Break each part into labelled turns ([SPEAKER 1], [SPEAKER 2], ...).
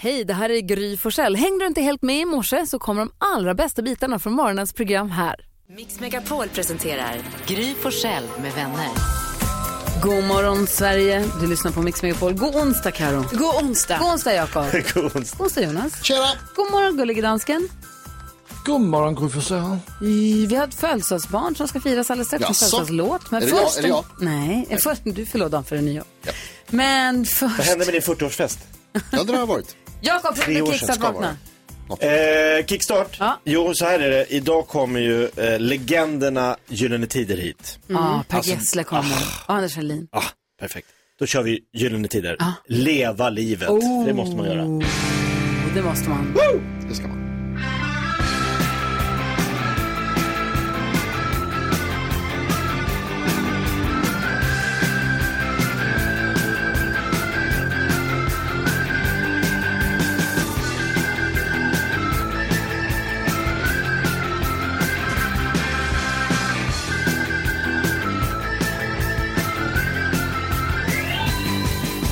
[SPEAKER 1] Hej, det här är Gry Forssell. Hängde du inte helt med i morse så kommer de allra bästa bitarna från morgonens program här.
[SPEAKER 2] Mix Megapol presenterar Gry Forssell med vänner.
[SPEAKER 1] God morgon Sverige, du lyssnar på Mix Megapol. God onsdag Karo. God onsdag. God onsdag Jakob. God onsdag. Jonas. Tjena. God morgon gullige dansken.
[SPEAKER 3] God morgon, Gry Forssell.
[SPEAKER 1] I- Vi har ett födelsedagsbarn som ska firas alldeles strax. En
[SPEAKER 3] Jaså?
[SPEAKER 1] födelsedagslåt.
[SPEAKER 3] Är det jag? Är det jag?
[SPEAKER 1] Nej, eh, först, du förlåt dagen före nyår. Men
[SPEAKER 4] Vad
[SPEAKER 1] först,
[SPEAKER 4] hände med din 40-årsfest?
[SPEAKER 3] Ja, det har jag varit.
[SPEAKER 1] Jakob, hur
[SPEAKER 4] Tre år
[SPEAKER 1] är
[SPEAKER 4] sedan
[SPEAKER 1] kickstart
[SPEAKER 4] ska vara.
[SPEAKER 1] vakna?
[SPEAKER 4] Eh, kickstart? Jo, så här är det. Idag kommer ju eh, legenderna Gyllene Tider hit.
[SPEAKER 1] Ja, Per
[SPEAKER 4] Alltså,
[SPEAKER 1] Gessle kommer. Och Anders Helin.
[SPEAKER 4] Ah, perfekt. Då kör vi Gyllene Tider. Leva livet.
[SPEAKER 1] Oh.
[SPEAKER 4] Det måste man göra.
[SPEAKER 1] Och det måste man.
[SPEAKER 3] Det ska man.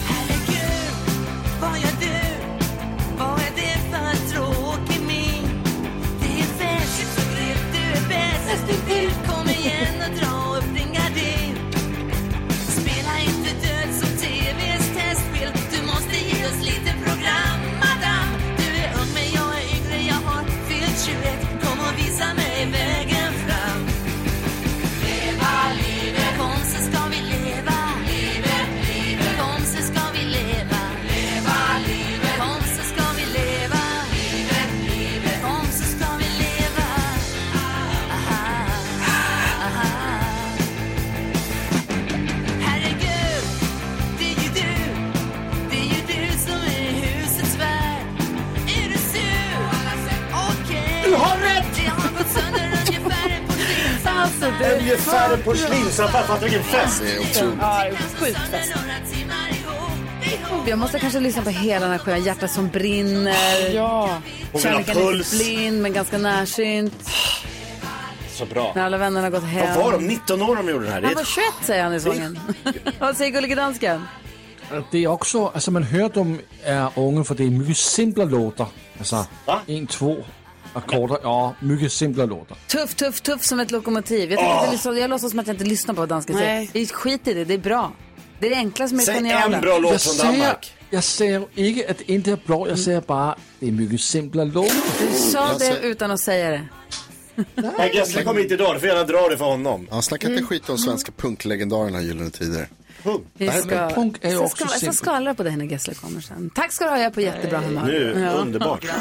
[SPEAKER 5] Herregud, vad gör du? Vad är det för tråkig min? Det är fest, så grymt, du är bäst Kom igen och dra upp din gardin Spela inte död som TVs testspel Du måste ge oss lite program, madam Du är ung men jag är yngre, jag har fyllt 21 Kom och visa mig vägen fram Leva livet Kom så ska vi leva Livet, livet Kom så ska vi leva Leva livet Kom så ska vi leva Livet, livet Kom så ska vi leva Aha, aha Herregud, det är ju du Det är ju du som är husets värd Är du sur? Okej Du har rätt! Det har gått sönder ungefär på din salsa
[SPEAKER 4] Ungefär en porslinsaffär. Fattar vilken fest!
[SPEAKER 3] Det är otroligt.
[SPEAKER 1] Jag måste kanske lyssna på hela den här skivan. Hjärta som brinner. Ja.
[SPEAKER 4] Hon vill ha
[SPEAKER 1] Kärleken är
[SPEAKER 4] puls.
[SPEAKER 1] blind men ganska närsynt.
[SPEAKER 4] Så bra.
[SPEAKER 1] När alla vännerna har gått hem.
[SPEAKER 4] Vad var de? 19 år de gjorde den här. Det är
[SPEAKER 1] Han
[SPEAKER 4] ett
[SPEAKER 1] var 21 säger han i sången. Vad säger gullige dansken?
[SPEAKER 3] Det är också, alltså man hör att de är unga för det är mycket simpla låtar. Alltså,
[SPEAKER 4] Va?
[SPEAKER 3] en, två ackord. Ja, mycket simpla låtar.
[SPEAKER 1] Tuff, tuff, tuff som ett lokomotiv. Jag,
[SPEAKER 4] Ah.
[SPEAKER 1] oh. inte, jag låtsas som att jag inte lyssnar på vad dansken säger. Vi skiter i det, det är bra. Det är det enkla som är
[SPEAKER 4] Säg
[SPEAKER 1] geniala.
[SPEAKER 4] en bra låt
[SPEAKER 3] Jag
[SPEAKER 4] från
[SPEAKER 3] säger,
[SPEAKER 4] Danmark.
[SPEAKER 3] jag säger inte att det inte är bra, jag säger bara det är mycket simpla låtar.
[SPEAKER 1] Du sa
[SPEAKER 6] Jag
[SPEAKER 1] det
[SPEAKER 6] säger-
[SPEAKER 1] utan att säga det.
[SPEAKER 4] Per Gessle kom hit idag. Du får gärna dra det för honom.
[SPEAKER 6] Ja, snacka
[SPEAKER 1] Mm.
[SPEAKER 6] inte skit om svenska punklegendarerna i Gyllene Tider.
[SPEAKER 1] Vi
[SPEAKER 6] Nej,
[SPEAKER 1] ska,
[SPEAKER 6] men
[SPEAKER 3] punk är ju
[SPEAKER 1] så
[SPEAKER 3] också
[SPEAKER 1] ska, så
[SPEAKER 3] simpelt.
[SPEAKER 1] skvallrar jag på dig när Gessle kommer sen. Tack ska du ha, jag är på jättebra humör.
[SPEAKER 4] Nu, underbart.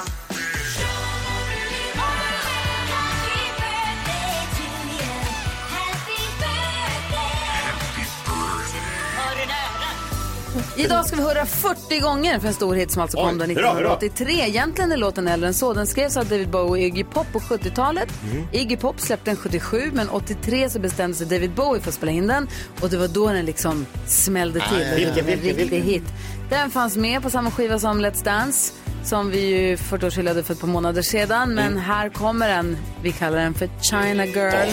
[SPEAKER 1] Idag ska vi höra 40 gånger för en stor hit som alltså kom
[SPEAKER 4] Oj,
[SPEAKER 1] då
[SPEAKER 4] hurra, hurra.
[SPEAKER 1] 1983. Egentligen är låten äldre än så. Den skrevs av David Bowie och Iggy Pop på 70-talet.
[SPEAKER 3] Mm.
[SPEAKER 1] Mm. Iggy Pop släppte den 77, men 83 så bestämde sig David Bowie för att spela in den. Och det var då den liksom smällde till. Det
[SPEAKER 4] vilken,
[SPEAKER 1] blev en
[SPEAKER 4] vilken,
[SPEAKER 1] riktig hit. Den fanns med på samma skiva som Let's Dance som vi ju 40-årshyllade för ett par månader sedan. Men
[SPEAKER 4] Mm.
[SPEAKER 1] här kommer den. Vi kallar den för China Girl.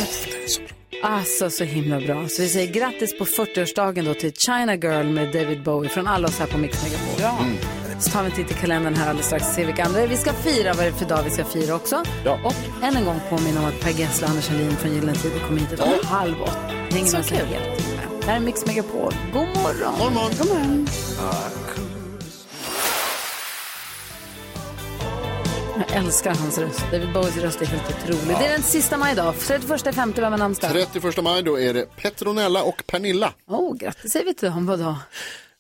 [SPEAKER 1] Alltså så himla bra. Så vi säger grattis på 40-årsdagen då till China Girl med David Bowie från alla oss här på Mix Megapol.
[SPEAKER 3] Mm.
[SPEAKER 1] Så tar vi en titt i kalendern här alldeles strax och ser vilka andra vi ska fira, vad det är för dag vi ska fira också.
[SPEAKER 4] Ja.
[SPEAKER 1] Och än en gång påminna om att Per Gessle och Anders Helin från Gyllene Tider kommer hit idag halv åtta. Hänger så kul. Det här är Mix Megapol. God morgon. God morgon. God morgon. Jag älskar hans röst. David Bowies röst är helt otrolig. Det är den sista maj idag. 31 femte, vem har namnsdag?
[SPEAKER 6] 31 maj, då är det Petronella och Pernilla.
[SPEAKER 1] Åh, oh, grattis säger vi till dem. Vadå?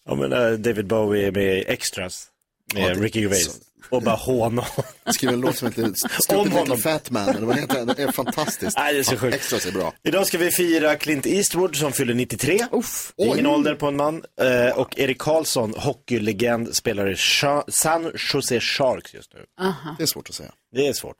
[SPEAKER 4] Ja, men, eh, David Bowie är med i Extras med Ricky Gervais. Och bara håna honom.
[SPEAKER 6] Skriver en låt som heter
[SPEAKER 4] Om
[SPEAKER 6] Stupid Little
[SPEAKER 4] honom.
[SPEAKER 6] Fat Man. Eller vad heter den? Det är fantastiskt.
[SPEAKER 4] Nej, det är så sjukt.
[SPEAKER 6] Extra är bra.
[SPEAKER 4] Idag ska vi fira Clint Eastwood som fyller 93. Uff,
[SPEAKER 6] oj.
[SPEAKER 4] Ingen ålder på en man. Eh, och Erik Karlsson, hockeylegend, spelar i Sha- San Jose Sharks just nu.
[SPEAKER 6] Det är svårt att säga.
[SPEAKER 1] Mm.
[SPEAKER 4] Det är svårt.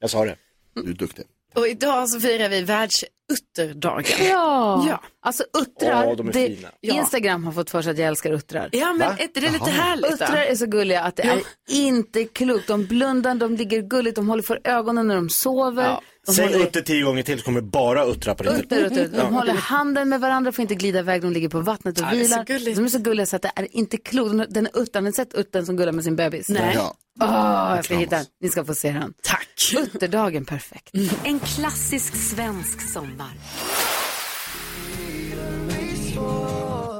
[SPEAKER 4] Jag sa det.
[SPEAKER 6] Du är duktig.
[SPEAKER 7] Och idag så firar vi världs utterdagen.
[SPEAKER 1] Ja.
[SPEAKER 7] Ja.
[SPEAKER 1] Alltså uttrar,
[SPEAKER 4] Ja, de är
[SPEAKER 1] det,
[SPEAKER 4] fina.
[SPEAKER 7] Ja.
[SPEAKER 1] Instagram har fått för sig att jag älskar uttrar.
[SPEAKER 7] Ja, men
[SPEAKER 4] Va?
[SPEAKER 7] är inte det lite härligt?
[SPEAKER 1] Uttrar
[SPEAKER 7] Uttrar...
[SPEAKER 1] är så gulliga att det är inte klokt. De blundar, de ligger gulligt, de håller för ögonen när de sover.
[SPEAKER 7] Ja.
[SPEAKER 1] De
[SPEAKER 4] Säg
[SPEAKER 1] håller...
[SPEAKER 4] utter tio gånger till så kommer bara uttra på din
[SPEAKER 1] Utter, utter, utter. De håller handen med varandra, får inte glida iväg, de ligger på vattnet och
[SPEAKER 7] Ja, det är så
[SPEAKER 1] vilar.
[SPEAKER 7] gulligt.
[SPEAKER 1] de är så gulliga så att det är inte klokt. Den- Den är uttern, har ni sett uttern som gullar med sin bebis?
[SPEAKER 7] Nej.
[SPEAKER 6] Ja.
[SPEAKER 1] Åh, jag ska hitta den. Ni ska få se den.
[SPEAKER 7] Tack.
[SPEAKER 1] Utterdagen perfekt.
[SPEAKER 2] En klassisk svensk sommar.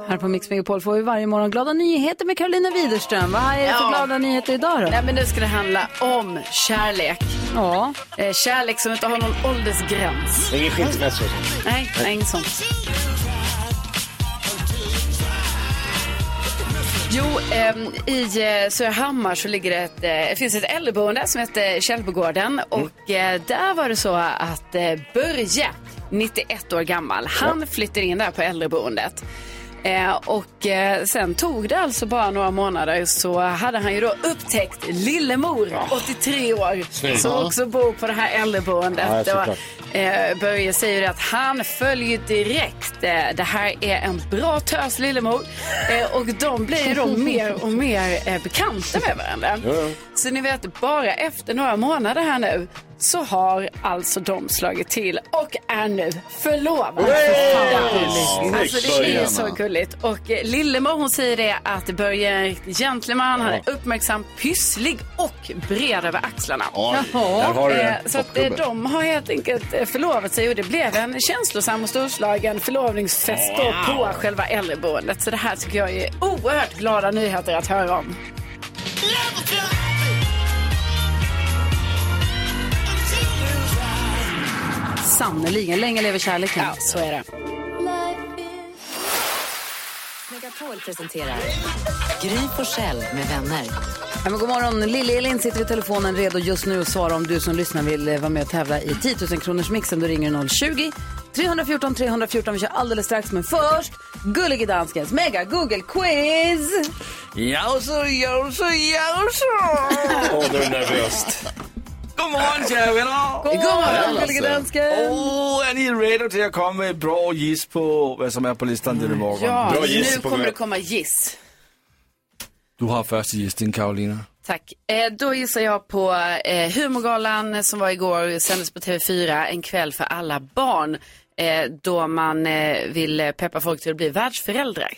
[SPEAKER 1] Här på Mix Megapol får vi varje morgon glada nyheter med Carolina Widerström. Vad är det för
[SPEAKER 7] Ja.
[SPEAKER 1] glada nyheter idag då?
[SPEAKER 7] Nej, men nu ska det handla om kärlek.
[SPEAKER 1] Ja.
[SPEAKER 7] Eh, Kärlek som inte har någon åldersgräns.
[SPEAKER 4] Ingen skilsmässa.
[SPEAKER 7] Nej, nej inget sånt. Jo, ehm, i eh, Surahammar så ligger det ett, eh, det finns ett äldreboende som heter Källbogården och eh, där var det så att eh, Börje, 91 år gammal, han flyttade in där på äldreboendet. Eh, och eh, sen tog det alltså bara några månader så hade han ju då upptäckt Lillemor, 83 år, som också bor på det här äldreboendet.
[SPEAKER 4] Ja, såklart.
[SPEAKER 7] Och, Eh, Börje säger ju att han följer direkt. Eh, det här är en bra tös Lillemor. Eh, och de blir ju då mer och mer eh, bekanta med varandra. Så ni vet, bara efter några månader här nu så har alltså de slagit till och är nu förlovade. Alltså det är ju så gulligt. Och eh, Lillemor hon säger det att Börje är en riktig gentleman, han är uppmärksam, pysslig och bred över axlarna.
[SPEAKER 6] Ja.
[SPEAKER 4] Där har du
[SPEAKER 7] Eh,
[SPEAKER 4] det.
[SPEAKER 7] Så att eh, de har helt enkelt eh, förlovat sig och det blev en känslosam och storslagen förlovningsfest då på själva äldreboendet. Så det här tycker jag är oerhört glada nyheter att höra om.
[SPEAKER 1] Sannerligen, länge lever kärleken.
[SPEAKER 7] Ja, så är det.
[SPEAKER 2] Megapol presenterar Gry Forssell med vänner.
[SPEAKER 1] Ja, men god morgon, Lill-Elin sitter vid telefonen redo just nu och svarar om du som lyssnar vill eh, vara med och tävla i 10 000 kronors mixen. Då ringer du 020 314 314. Vi kör alldeles strax, men först Gullige Danskens Mega Google Quiz.
[SPEAKER 8] Jausu, jausu, jausu!
[SPEAKER 4] Åh, nu är det nervöst.
[SPEAKER 8] God morgen, kjære venner!
[SPEAKER 1] God morgon,
[SPEAKER 6] Lasse.
[SPEAKER 1] Gullige Dansken.
[SPEAKER 8] Oh, er I ready til at komme med et bra gis på, hvad som er på listen denne morgen?
[SPEAKER 7] Ja,
[SPEAKER 4] Bra giss
[SPEAKER 7] nu
[SPEAKER 4] på
[SPEAKER 7] kommer
[SPEAKER 4] mig.
[SPEAKER 7] det komma giss.
[SPEAKER 8] Du har første gis, din Karolina.
[SPEAKER 7] Tack. Eh, då gissar jag på eh, Humorgalan som var igår, sändes på TV4, en kväll för alla barn. Eh, då man eh, vill eh, peppa folk till att bli världsföräldrar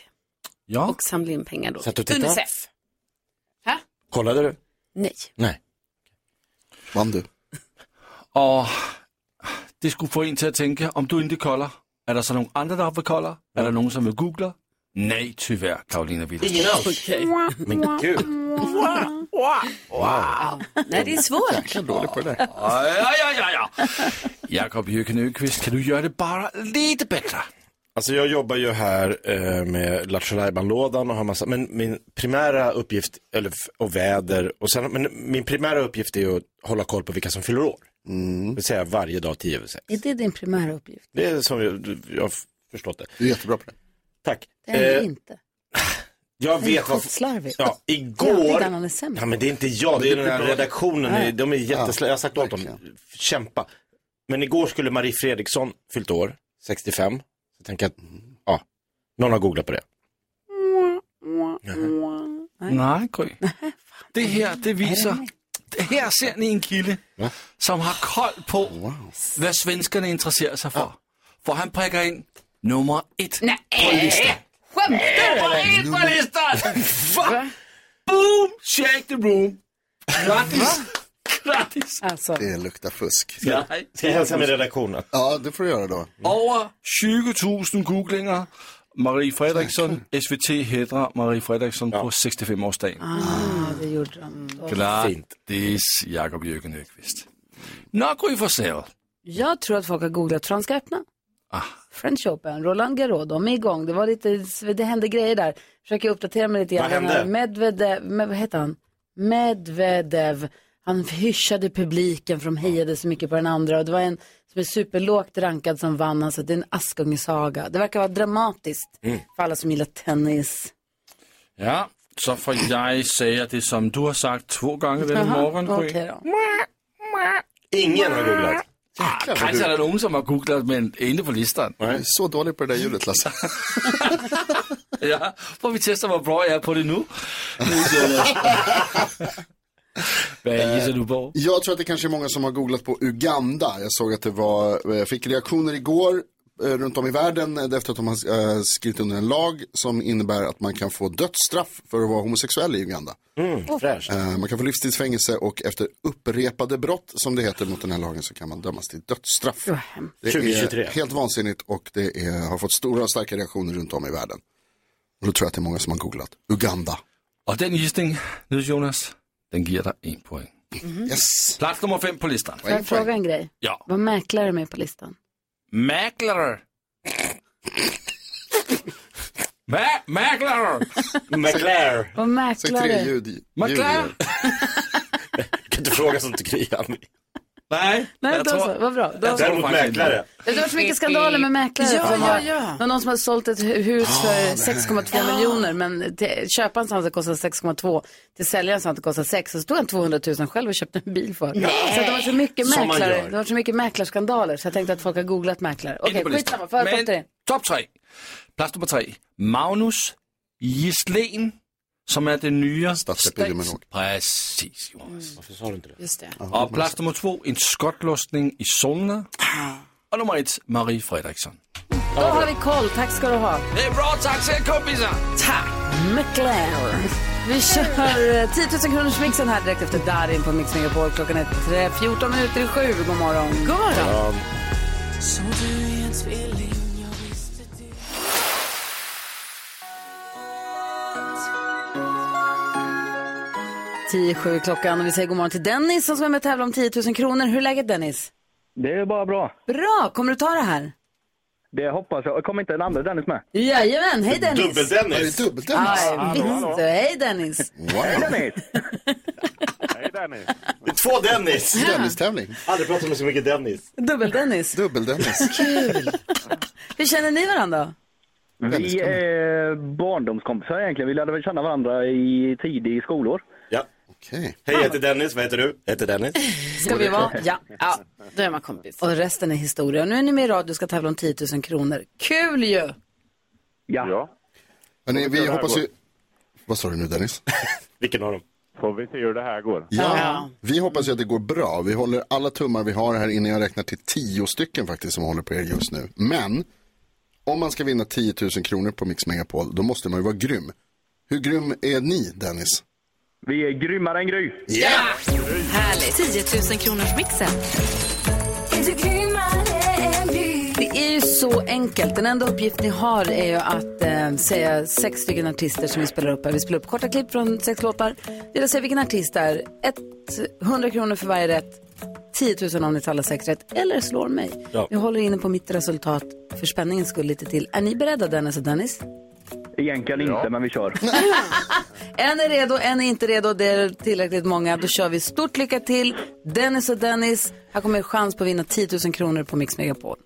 [SPEAKER 8] Ja.
[SPEAKER 7] och samla in pengar då.
[SPEAKER 4] Satt du och tittade?
[SPEAKER 7] Unicef.
[SPEAKER 4] Kollade du?
[SPEAKER 7] Nej.
[SPEAKER 4] Nej.
[SPEAKER 6] Vann du?
[SPEAKER 8] Og det skulle få en til at tænke, om du ikke kolder. Er der så nogen andre, der vil kolder? Er der nogen, som vil google? Nej, tyvärr, Karolina Witters.
[SPEAKER 4] Ingen alls. Men gud.
[SPEAKER 7] Nej, det är svårt.
[SPEAKER 8] Ja, ja, ja, ja. Jakob Jøken Øqvist, kan du gøre det bare lidt bedre?
[SPEAKER 4] Alltså jag jobbar ju här eh, med Lattjo lådan och har massa, men min primära uppgift, eller f- och väder, och sen, men min primära uppgift är ju att hålla koll på vilka som fyller år.
[SPEAKER 6] Mm.
[SPEAKER 4] Det vill säga varje dag 10 över sex.
[SPEAKER 1] Är det din primära uppgift?
[SPEAKER 4] Det är som jag, jag har förstått det.
[SPEAKER 6] Du är jättebra på det.
[SPEAKER 4] Tack.
[SPEAKER 1] Det är
[SPEAKER 4] Eh,
[SPEAKER 1] inte.
[SPEAKER 4] jag
[SPEAKER 1] Det är
[SPEAKER 4] vet vad...
[SPEAKER 1] skottslarvigt.
[SPEAKER 4] Ja,
[SPEAKER 1] Jävligt
[SPEAKER 4] igår...
[SPEAKER 1] annan är
[SPEAKER 4] Ja,
[SPEAKER 1] sämre.
[SPEAKER 4] men det är inte jag, det är den här redaktionen. i- De är jätteslä... Jag har sagt åt dem,
[SPEAKER 6] verkligen.
[SPEAKER 4] kämpa. Men igår skulle Marie Fredriksson fyllt år, 65. Så jag tänker att, ja, någon har googlat på det.
[SPEAKER 8] Nej, Gry. Det her, det viser... Det her ser ni en kilde, som har kold på, hvad svenskerne interesserer sig for. For han prikker ind nummer et på listen. Nummer et på listen! Fuck! Boom! Shake the room. Gratis. Gratis.
[SPEAKER 1] Alltså,
[SPEAKER 6] Det luktar fusk.
[SPEAKER 8] Nej.
[SPEAKER 4] Ska jag hälsa med redaktionen? att-
[SPEAKER 6] Ja, det får du göra då.
[SPEAKER 8] Over 20.000 googlinger. Marie Fredriksson, SVT hedrer Marie Fredriksson på 65-årsdagen.
[SPEAKER 1] ja, Ah, det gjorde de.
[SPEAKER 8] Klart.
[SPEAKER 4] Fint.
[SPEAKER 8] Det är Jakob Jørgen Öqvist. Nå, Gry Forssell.
[SPEAKER 1] Jag tror att folk har googlat Franska öppna.
[SPEAKER 8] Ah.
[SPEAKER 1] French Open, Roland Garros, de är igång. Det, var lite, det hände grejer där. Försöker uppdatera mig lite grann.
[SPEAKER 4] Vad hände?
[SPEAKER 1] Den här Medvedev, med, vad heter han? Medvedev. Han hyschade publiken för de hejade så mycket på den andra. Och det var en som är superlågt rankad som vann. Alltså, det är en Askungesaga. Det verkar vara dramatiskt
[SPEAKER 6] Mm.
[SPEAKER 1] för alla som gillar tennis.
[SPEAKER 8] Ja, så får jeg sige det, som du har sagt två gange denne morgen, Gry.
[SPEAKER 1] Okej då.
[SPEAKER 4] Ingen har googlat.
[SPEAKER 6] Ah, Jäklar vad
[SPEAKER 8] Kanske är
[SPEAKER 6] du
[SPEAKER 8] det någon som har googlat men inte på listan.
[SPEAKER 6] du är så dålig på det där ljudet Lasse.
[SPEAKER 8] Ja, får vi testa vad bra jag är på det nu. Nu så- Vad gissar du på?
[SPEAKER 6] Eh, Jag tror att det kanske är många som har googlat på Uganda. Jag såg att det var, jag fick reaktioner igår eh, runt om i världen eh, efter att de har eh, skrivit under en lag som innebär att man kan få dödsstraff för att vara homosexuell i Uganda.
[SPEAKER 8] Mm,
[SPEAKER 4] Fräscht.
[SPEAKER 6] Eh, Man kan få livstidsfängelse och efter upprepade brott som det heter mot den här lagen så kan man dömas till dödsstraff. Det
[SPEAKER 4] 2023.
[SPEAKER 6] är helt vansinnigt och det är, har fått stora och starka reaktioner runt om i världen. Och då tror jag att det är många som har googlat Uganda.
[SPEAKER 8] Och den gissning, nu Jonas, den ger dig en poäng.
[SPEAKER 6] Mhm. Yes!
[SPEAKER 8] Plats nummer fem på listan.
[SPEAKER 1] Får jag fråga en grej?
[SPEAKER 8] Ja,
[SPEAKER 1] Vad mäklare är med på listan?
[SPEAKER 8] mäklare. Mä- mäklare!
[SPEAKER 4] McLare.
[SPEAKER 1] Vad
[SPEAKER 6] Säg tre
[SPEAKER 1] mäklare?
[SPEAKER 6] ljud. ljud.
[SPEAKER 8] McLaren.
[SPEAKER 4] Kan inte fråga sånt till Krian.
[SPEAKER 8] Nej,
[SPEAKER 1] Nej,
[SPEAKER 8] jag
[SPEAKER 1] då så.
[SPEAKER 8] tror...
[SPEAKER 1] Vad bra. Då,
[SPEAKER 4] Däremot mäklare.
[SPEAKER 1] det har varit så mycket skandaler med mäklare.
[SPEAKER 7] Ja,
[SPEAKER 1] Som har-
[SPEAKER 7] ja, ja.
[SPEAKER 1] Det var någon som hade sålt ett hu- hus för 6,2 miljoner men till, köparen sa att det kostade 6,2. Till säljaren sa att det kostade 6 och så tog han 200 000 själv och köpte en bil för. Så att det var så mycket
[SPEAKER 4] Som man
[SPEAKER 1] mäklare,
[SPEAKER 4] gör.
[SPEAKER 1] det var så mycket mäklarskandaler så jag tänkte att folk har googlat mäklare. Okej,
[SPEAKER 8] Inte på listan.
[SPEAKER 1] skitsamma. För, Men...
[SPEAKER 8] Men
[SPEAKER 1] det.
[SPEAKER 8] topp tre. Plats nummer tre. Magnus Gislen, som är den nya
[SPEAKER 6] Statsepidemiolog.
[SPEAKER 8] stats- Precis, Jonas.
[SPEAKER 4] Varför sa du inte det?
[SPEAKER 7] Just det.
[SPEAKER 8] Och plats nummer två, en skottlossning i Solna. Och nummer ett, Marie Fredriksson.
[SPEAKER 1] Då har vi koll, tack ska du ha.
[SPEAKER 8] Det är bra, tack så mycket kompisar!
[SPEAKER 1] McLaren. Vi kör eh, 10 000 kronors mixen här direkt efter Darin på Mix Megapol. Klockan är tre- 14 minuter i sju. God morgon. God morgon. Tio sju klockan och vi säger god morgon till Dennis som är med och tävlar om 10 000 kronor. Hur är läget Dennis?
[SPEAKER 9] Det är bara bra.
[SPEAKER 1] Bra, kommer du ta det här?
[SPEAKER 9] Det hoppas jag. Kommer inte den andra Dennis med?
[SPEAKER 1] Jajamän, hej Dennis!
[SPEAKER 6] Ja, det
[SPEAKER 4] Dubbel-Dennis.
[SPEAKER 6] är dubbelt
[SPEAKER 1] Ja,
[SPEAKER 6] Dennis.
[SPEAKER 1] jag visste. Hej Dennis!
[SPEAKER 6] Wow.
[SPEAKER 9] Dennis! Hej Dennis!
[SPEAKER 4] Det är Två Dennis.
[SPEAKER 6] Dennis-tävling.
[SPEAKER 4] Aldrig pratat med så mycket Dennis.
[SPEAKER 1] Dubbel-Dennis.
[SPEAKER 6] Dubbel-Dennis.
[SPEAKER 1] Hur känner ni varandra?
[SPEAKER 6] Dennis
[SPEAKER 9] Vi
[SPEAKER 6] kommer.
[SPEAKER 9] är barndomskompisar egentligen. Vi lärde väl känna varandra i tidig skolår.
[SPEAKER 4] Ja.
[SPEAKER 6] Okej.
[SPEAKER 4] Hej, jag heter Dennis. Vad heter du? Jag heter Dennis.
[SPEAKER 1] Ska vi vara? Ja.
[SPEAKER 7] Ja, då är man kompis.
[SPEAKER 1] Och resten är historia. Och nu är ni med i radio och ska tävla om 10 000 kronor. Kul ju!
[SPEAKER 9] Ja.
[SPEAKER 6] Hörrni, vi hoppas ju... Vad sa du nu Dennis?
[SPEAKER 4] Vilken av dem?
[SPEAKER 10] Får vi se hur det här går.
[SPEAKER 6] Ja, vi hoppas ju att det går bra. Vi håller alla tummar vi har här inne. Jag räknar till tio stycken faktiskt som håller på er just nu. Men om man ska vinna 10 000 kronor på Mix Megapol, då måste man ju vara grym. Hur grym är ni, Dennis?
[SPEAKER 9] Vi är grymmare än Gry.
[SPEAKER 2] Härligt. 10 000 kronors mixen.
[SPEAKER 1] Det är ju så enkelt. Den enda uppgift ni har är ju att eh, säga sex stycken artister som vi spelar upp här. Vi spelar upp korta klipp från sex låtar. Det är att säga vilken artist det är. Ett- 100 kronor för varje rätt. 10 000 om ni talar sex rätt. Eller slår mig.
[SPEAKER 4] Ja.
[SPEAKER 1] Vi håller inne på mitt resultat för spänningens skull lite till. Är ni beredda Dennis och Dennis?
[SPEAKER 9] Egentligen inte, men vi kör.
[SPEAKER 1] En är redo, en är inte redo. Det är tillräckligt många. Då kör vi stort lycka till. Dennis och Dennis. Här kommer er chans på att vinna 10 000 kronor på Mix Megapol.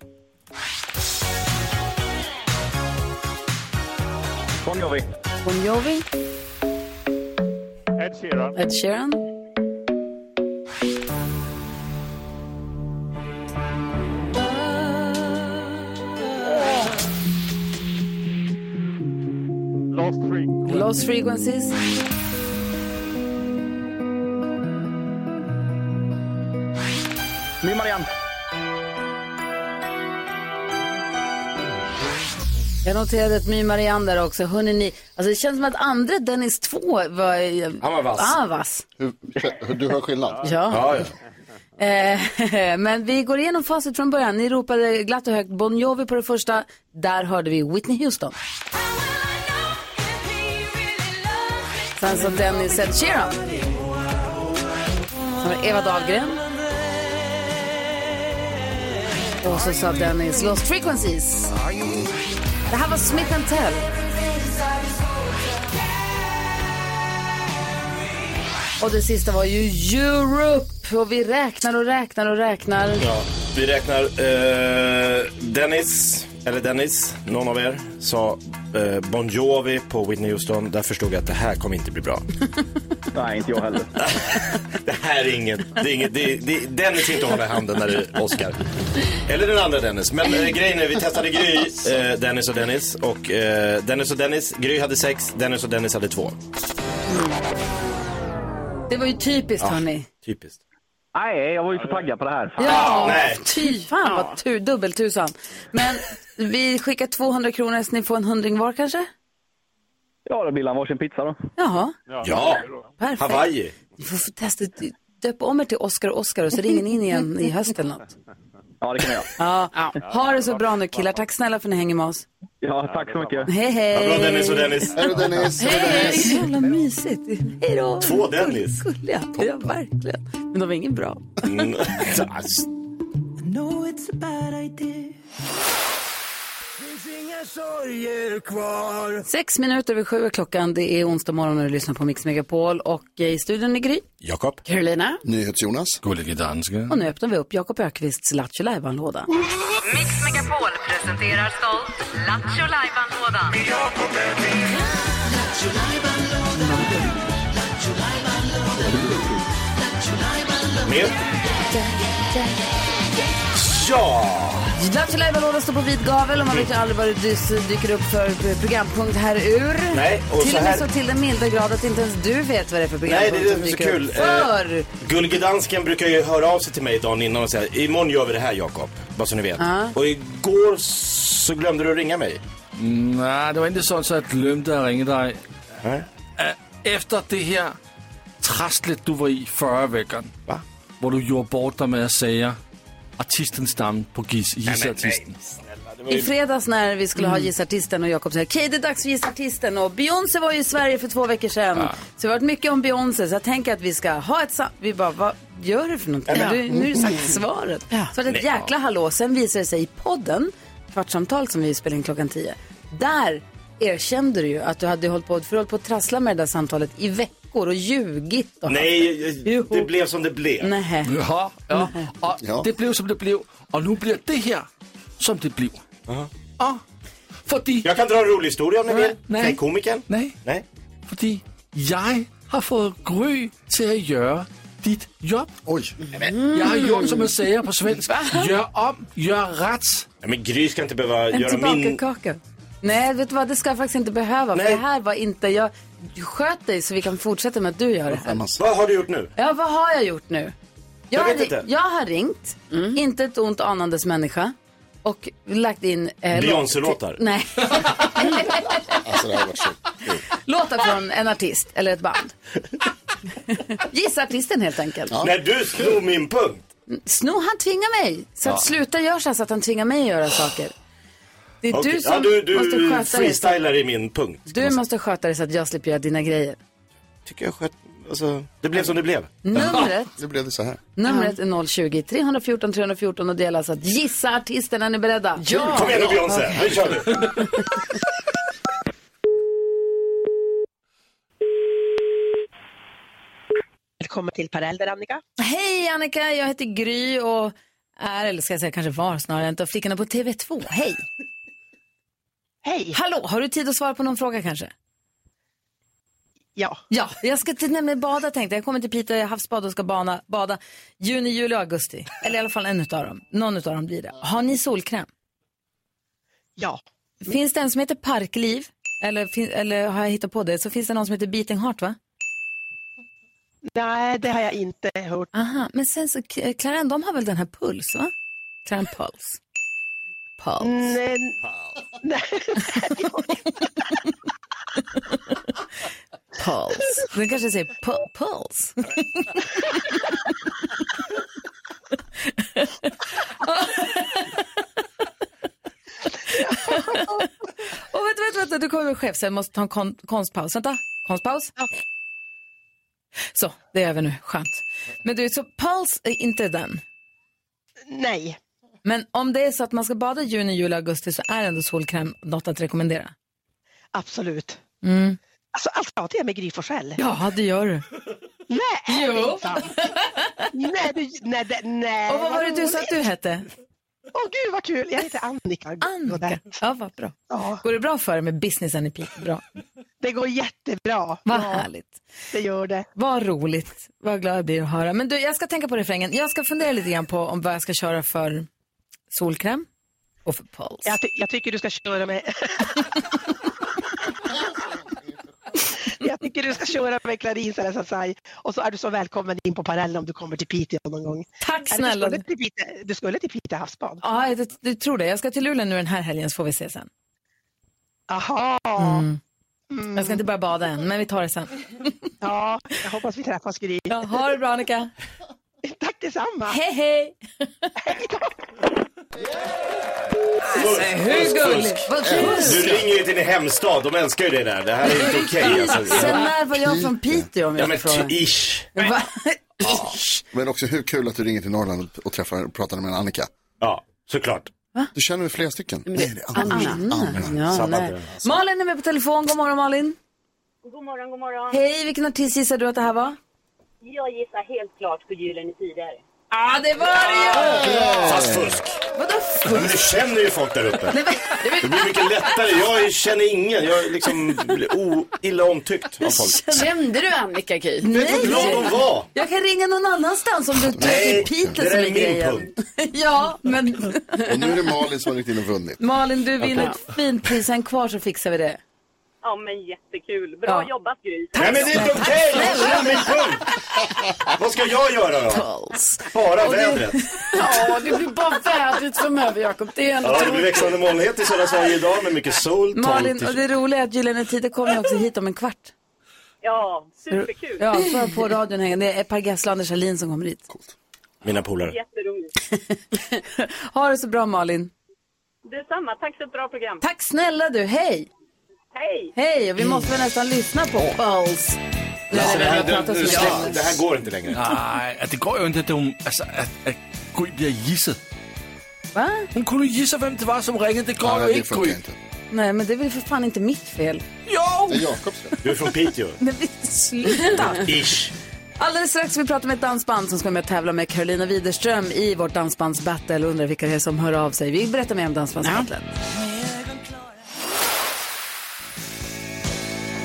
[SPEAKER 9] Bon Jovi.
[SPEAKER 1] Bon Jovi,
[SPEAKER 10] Ed Sheeran,
[SPEAKER 1] Ed Sheeran,
[SPEAKER 10] Lost Freak,
[SPEAKER 1] Lost Frequencies,
[SPEAKER 9] My Marianne.
[SPEAKER 1] Jag noterade ett My Marianne där också. Hörrni, ni, alltså det känns som att andra Dennis 2 var...
[SPEAKER 4] Han var vass.
[SPEAKER 1] Ah, vass.
[SPEAKER 6] Hur, hur- du hör skillnad?
[SPEAKER 1] Ja.
[SPEAKER 4] Ja, ja.
[SPEAKER 1] Eh, Men vi går igenom facit från början. Ni ropade glatt och högt Bon Jovi på det första. Där hörde vi Whitney Houston. Sen så Dennis Ed Sheeran. Sen var det Eva Dahlgren. Och så sa Dennis Lost Frequencies. Det här var Smith Tell. Och det sista var ju Europe. Och vi räknar och räknar och räknar.
[SPEAKER 4] ja. Vi räknar eh, Dennis, eller Dennis, någon av er, sa eh, Bon Jovi på Whitney Houston. Där förstod jag att det här kommer inte bli bra.
[SPEAKER 9] Nej, inte jag heller.
[SPEAKER 4] Det här är inget, det är inget, det, är- det, Dennis inte hålla i handen när det är Oscar. Eller den andra Dennis. Men eh, grejen är, vi testade Gry, eh, Dennis och Dennis. Och eh, Dennis och Dennis, Gry hade sex, Dennis och Dennis hade två.
[SPEAKER 1] Det var ju typiskt hörni.
[SPEAKER 4] Typiskt.
[SPEAKER 9] Nej, jag var ju så taggad på det här. Fan.
[SPEAKER 1] Ja,
[SPEAKER 4] nej.
[SPEAKER 1] ty fan vad tur, dubbeltusan. Men vi skickar 200 kronor så ni får en hundring var kanske?
[SPEAKER 9] Ja, då blir han varsin pizza då.
[SPEAKER 1] Jaha,
[SPEAKER 4] Ja,
[SPEAKER 1] perfekt.
[SPEAKER 4] Hawaii.
[SPEAKER 1] Ni får få testa, döp om er till Oscar och Oscar och så ringer ni in igen i höst eller något.
[SPEAKER 9] Ja, det kan jag.
[SPEAKER 1] Ja, ha det så bra nu killar. Tack snälla för att ni hänger med oss.
[SPEAKER 9] Ja, tack så mycket.
[SPEAKER 1] Hej
[SPEAKER 4] Vad
[SPEAKER 1] hej.
[SPEAKER 4] bra Dennis och Dennis.
[SPEAKER 6] Hej då Dennis, hej då
[SPEAKER 1] Det är
[SPEAKER 6] Dennis.
[SPEAKER 1] så jävla mysigt. Hej då.
[SPEAKER 4] Två Dennis.
[SPEAKER 1] Gulliga. Ja, verkligen. Men de var ingen bra.
[SPEAKER 4] Mm.
[SPEAKER 1] Sex minuter över sju är klockan. Det är onsdag morgon och du lyssnar på Mix Megapol. Och i studion är Gry.
[SPEAKER 4] Jakob.
[SPEAKER 7] Carolina?
[SPEAKER 6] NyhetsJonas.
[SPEAKER 8] Gullige danske.
[SPEAKER 1] Och nu öppnar vi upp Jakob Ökvists Lattjo Lajban-låda.
[SPEAKER 2] Mix Megapol presenterar stolt Lattjo Lajban-lådan.
[SPEAKER 4] Med. Ja!
[SPEAKER 1] Lattjo Lajban-lådan står på vid gavel och man vet ju aldrig vad det dys- dyker upp för programpunkt här ur.
[SPEAKER 4] Nej, och
[SPEAKER 1] till
[SPEAKER 4] så
[SPEAKER 1] och med
[SPEAKER 4] här-
[SPEAKER 1] så till den milda grad att inte ens du vet vad det är för
[SPEAKER 4] Nej,
[SPEAKER 1] programpunkt
[SPEAKER 4] det är det
[SPEAKER 1] som
[SPEAKER 4] som är så
[SPEAKER 1] dyker
[SPEAKER 4] kul.
[SPEAKER 1] upp. För...
[SPEAKER 4] Eh, Gullige dansken brukar ju höra av sig till mig dagen innan och säga imorgon gör vi det här Jakob. Bara så ni vet. Och igår så glömde du ringa mig.
[SPEAKER 8] Nej, det var inte sånt så jag glömde att ringa dig.
[SPEAKER 4] Nej.
[SPEAKER 8] Äh, Efter det här trasslet du var i förra veckan.
[SPEAKER 4] Va?
[SPEAKER 8] Hvor du gjorde bort dig med att säga artistens namn på gis, gissartisten.
[SPEAKER 1] I fredags när vi skulle ha gissartisten och Jakob sa okej det är dags för gissartisten och Beyoncé var ju i Sverige för två veckor sedan. Så det har varit mycket om Beyoncé så jag tänker att vi ska ha ett sam- Vi bara, vad gör du för någonting? Du, nu har du sagt svaret. Så var det ett jäkla hallå. Sen visade det sig i podden, Kvartsamtal som vi spelade in klockan tio, där erkände du ju att du hade hållit på, för du höll på att trassla med det där samtalet i veckor och ljugit. Och
[SPEAKER 4] Nej,
[SPEAKER 1] Jo.
[SPEAKER 4] det blev som det blev.
[SPEAKER 1] Nej.
[SPEAKER 8] Ja, ja.
[SPEAKER 4] Mm.
[SPEAKER 8] Och
[SPEAKER 6] Ja.
[SPEAKER 8] det blev som det blev. Och nu blir det här som det blev. Ja. Fordi
[SPEAKER 4] Jag kan dra en rolig historia om ni vill.
[SPEAKER 8] Nej.
[SPEAKER 4] Nej. Komikern.
[SPEAKER 8] Nej.
[SPEAKER 4] Nej.
[SPEAKER 8] Fordi jeg har fået Gry til at gøre dit job.
[SPEAKER 6] Oj,
[SPEAKER 8] Jeg har gjort, som man siger på svensk. Gør om, gør ret.
[SPEAKER 4] Nej, Men Gry ska inte behöva
[SPEAKER 1] En
[SPEAKER 4] göra min...
[SPEAKER 1] tillbakakaka. Nej, vet du vad, det ska jag faktiskt inte behöva. För
[SPEAKER 4] Nej.
[SPEAKER 1] det här var inte, jag sköt dig så vi kan fortsätta med att du gör det här.
[SPEAKER 6] skämmas.
[SPEAKER 4] Vad har du gjort nu?
[SPEAKER 1] Ja, vad har jag gjort nu? Jag,
[SPEAKER 4] Jag vet
[SPEAKER 1] har,
[SPEAKER 4] inte. Mm.
[SPEAKER 1] jag har ringt, inte ett ont anandes människa och lagt in... Eh,
[SPEAKER 4] Beyoncé-låtar.
[SPEAKER 1] låt- Nej,
[SPEAKER 6] Alltså det här var så kul.
[SPEAKER 1] låtar från en artist eller ett band. Gissa artisten helt enkelt.
[SPEAKER 4] När du slog min punkt.
[SPEAKER 1] Sno, han tvingar mig. Så att sluta gör så här så att han tvingar mig att göra saker. Det är
[SPEAKER 4] Okej.
[SPEAKER 1] du som
[SPEAKER 4] ja, du, du
[SPEAKER 1] måste sköta dig. så-
[SPEAKER 4] freestylar i min punkt.
[SPEAKER 1] Du måste sköta dig så att jag slipper göra dina grejer.
[SPEAKER 4] Tycker jag sköt... Alltså, det blev som det blev.
[SPEAKER 1] Numret
[SPEAKER 6] Nu blev det så här.
[SPEAKER 1] Numret är 020 314 314 och det gäller alltså att gissa artisten. Är ni beredda? Ja!
[SPEAKER 4] Kom igen nu Beyoncé, nu kör vi.
[SPEAKER 5] Välkommen till Parelder, Annika.
[SPEAKER 1] Hej Annika, jag heter Gry och är, eller ska jag säga kanske var snarare, inte av flickorna på TV2. Hej!
[SPEAKER 5] Hej.
[SPEAKER 1] Hallå, har du tid att svara på någon fråga kanske?
[SPEAKER 5] Ja.
[SPEAKER 1] Ja, jag ska till, nämligen bada tänkte jag. Jag kommer till Piteå jag havsbad och ska bana, bada juni, juli och augusti. Eller i alla fall en utav dem. Någon utav dem blir det. Har ni solkräm?
[SPEAKER 5] Ja.
[SPEAKER 1] Finns det en som heter Parkliv? Eller, fin- eller har jag hittat på det? Så finns det någon som heter Beating Heart va?
[SPEAKER 5] Nej, det har jag inte hört.
[SPEAKER 1] Aha, men sen så, K- eh, Claren, de har väl den här Puls, va? Claren Puls. Puls.
[SPEAKER 5] Nej. Nej.
[SPEAKER 1] Puls. Den kanske säger pu- Puls. Och vänta, vänta, vänta, du kommer med chef, så jag måste ta en kon- konstpaus. Vänta, konstpaus. Så, det är över nu, skönt. Men du, så Puls är inte den.
[SPEAKER 5] Nej.
[SPEAKER 1] Men om det är så att man ska bada i juni, juli, augusti så är ändå solkräm något att rekommendera. Mm.
[SPEAKER 5] Absolut. Alltså, allt pratar jag med Gry Forssell.
[SPEAKER 1] Ja, det gör du.
[SPEAKER 5] Nej, jo. nej, du, nej, det- nej.
[SPEAKER 1] Och vad var det du sa att du hette?
[SPEAKER 11] Åh gud vad kul, jag heter Annika. Annika,
[SPEAKER 12] ja vad bra. Går det bra för dig med businessen i Piteå? Bra.
[SPEAKER 11] Det går jättebra. Ja,
[SPEAKER 12] Vad härligt.
[SPEAKER 11] Det gör det.
[SPEAKER 12] Vad roligt. Vad glad jag blir att höra. Men du, jag ska tänka på refrängen. Jag ska fundera lite grann på om vad jag ska köra för solkräm och för puls.
[SPEAKER 11] Jag, ty- jag tycker du ska köra med... jag tycker du ska köra med Clarins eller Sasai och så är du så välkommen in på Parellen om du kommer till Piteå någon gång.
[SPEAKER 12] Tack
[SPEAKER 11] Eller
[SPEAKER 12] snälla.
[SPEAKER 11] Du skulle till Piteå, du skulle till Piteå havsbad.
[SPEAKER 12] Ja, jag, jag tror det. Jag ska till Luleå nu den här helgen så får vi se sen.
[SPEAKER 11] Aha.
[SPEAKER 12] Mm. Jag ska inte börja bada än, men vi tar det sen.
[SPEAKER 11] Ja, jag hoppas vi träffas Gry.
[SPEAKER 12] Ja, ha det bra Annika.
[SPEAKER 11] Tack detsamma.
[SPEAKER 12] Hej hej.
[SPEAKER 4] Alltså,
[SPEAKER 12] hur gulligt? Vad kul.
[SPEAKER 6] Eh,
[SPEAKER 4] Du ringer ju till din hemstad, de älskar ju dig där. Det här är inte okej. alltså.
[SPEAKER 1] Sen när var jag från Piteå om
[SPEAKER 4] Ja,
[SPEAKER 1] jag
[SPEAKER 4] men typ.
[SPEAKER 1] får fråga?
[SPEAKER 4] t- ish.
[SPEAKER 1] Va?
[SPEAKER 6] Men också hur kul att du ringer till Norrland och träffar och pratar med Annika.
[SPEAKER 4] Ja, såklart.
[SPEAKER 6] Du känner väl flera stycken?
[SPEAKER 1] Men det-
[SPEAKER 6] Nej, det är
[SPEAKER 1] Anna.
[SPEAKER 6] Anna.
[SPEAKER 1] Ja, nej. Malin är med på telefon. God morgon Malin.
[SPEAKER 13] God morgon, god morgon.
[SPEAKER 1] Hej, vilken artist gissar du att det här var?
[SPEAKER 13] Jag gissar helt klart på Gyllene Tider.
[SPEAKER 1] Ja, det var det ju!
[SPEAKER 4] Fast fusk.
[SPEAKER 1] Vadå
[SPEAKER 4] Ja, Men du känner ju folk där uppe. Det blir mycket lättare. Jag känner ingen. Jag liksom blir o- illa omtyckt av folk.
[SPEAKER 7] Kände du Annika Ky?
[SPEAKER 4] Vet du hur glad de var?
[SPEAKER 1] Jag kan ringa någon annanstans om du tror att det är Piteå som
[SPEAKER 6] det där är
[SPEAKER 1] är
[SPEAKER 6] min
[SPEAKER 1] grejen. ja, men
[SPEAKER 6] Och nu är det Malin som har ringt in och vunnit.
[SPEAKER 1] Malin, du
[SPEAKER 6] Okej.
[SPEAKER 1] vinner ett fint pris. En kvar så fixar vi det.
[SPEAKER 13] Ja, men jättekul. Bra
[SPEAKER 1] Ja.
[SPEAKER 13] jobbat, Gry.
[SPEAKER 4] Nej, men det är inte okej! Jag känner mig full. Vad ska jag göra då? Bara vädret.
[SPEAKER 7] Ja, det blir bara vädret framöver Jakob. Det är ändå
[SPEAKER 4] Ja, det blir växande molnighet i södra Sverige idag med mycket sol. 12
[SPEAKER 1] Malin,
[SPEAKER 4] till-
[SPEAKER 1] och det roliga är att Gyllene Tider kommer ju också hit om en kvart.
[SPEAKER 13] Ja, superkul.
[SPEAKER 1] Ja, så har jag på radion hänger. Det är Per Gessle och Anders Ahlin som kommer hit.
[SPEAKER 4] Mina polare.
[SPEAKER 13] Jätteroligt.
[SPEAKER 1] Ha det så bra Malin.
[SPEAKER 13] Detsamma. Tack för ett bra program.
[SPEAKER 1] Tack snälla du, hej!
[SPEAKER 13] Hej!
[SPEAKER 1] Hej, och vi måste väl nästan lyssna på Pulse.
[SPEAKER 4] Alltså, det, här,
[SPEAKER 1] Vi har pratat
[SPEAKER 4] det,
[SPEAKER 1] så mycket om
[SPEAKER 4] det, det här går inte längre.
[SPEAKER 8] Nej, at det går jo ikke, at, hun, altså, at, at Gry bliver gisset.
[SPEAKER 1] Hvad?
[SPEAKER 8] Hun kunne gisse, hvem det var, som ringede. Det går
[SPEAKER 1] Nej,
[SPEAKER 8] jo
[SPEAKER 1] det
[SPEAKER 8] ikke, Gry.
[SPEAKER 1] funkar Nej, men det är väl för fan inte mitt fel.
[SPEAKER 8] Jo!
[SPEAKER 6] Det är Jakobs
[SPEAKER 4] Du är från Piteå.
[SPEAKER 1] Men vi- sluta!
[SPEAKER 4] Ish.
[SPEAKER 1] Alldeles strax ska vi prata med ett dansband som ska med och tävla med Carolina Widerström i vårt dansbandsbattle. Undrar vilka det är som hör av sig. Vi berättar mer om dansbandsbattlet.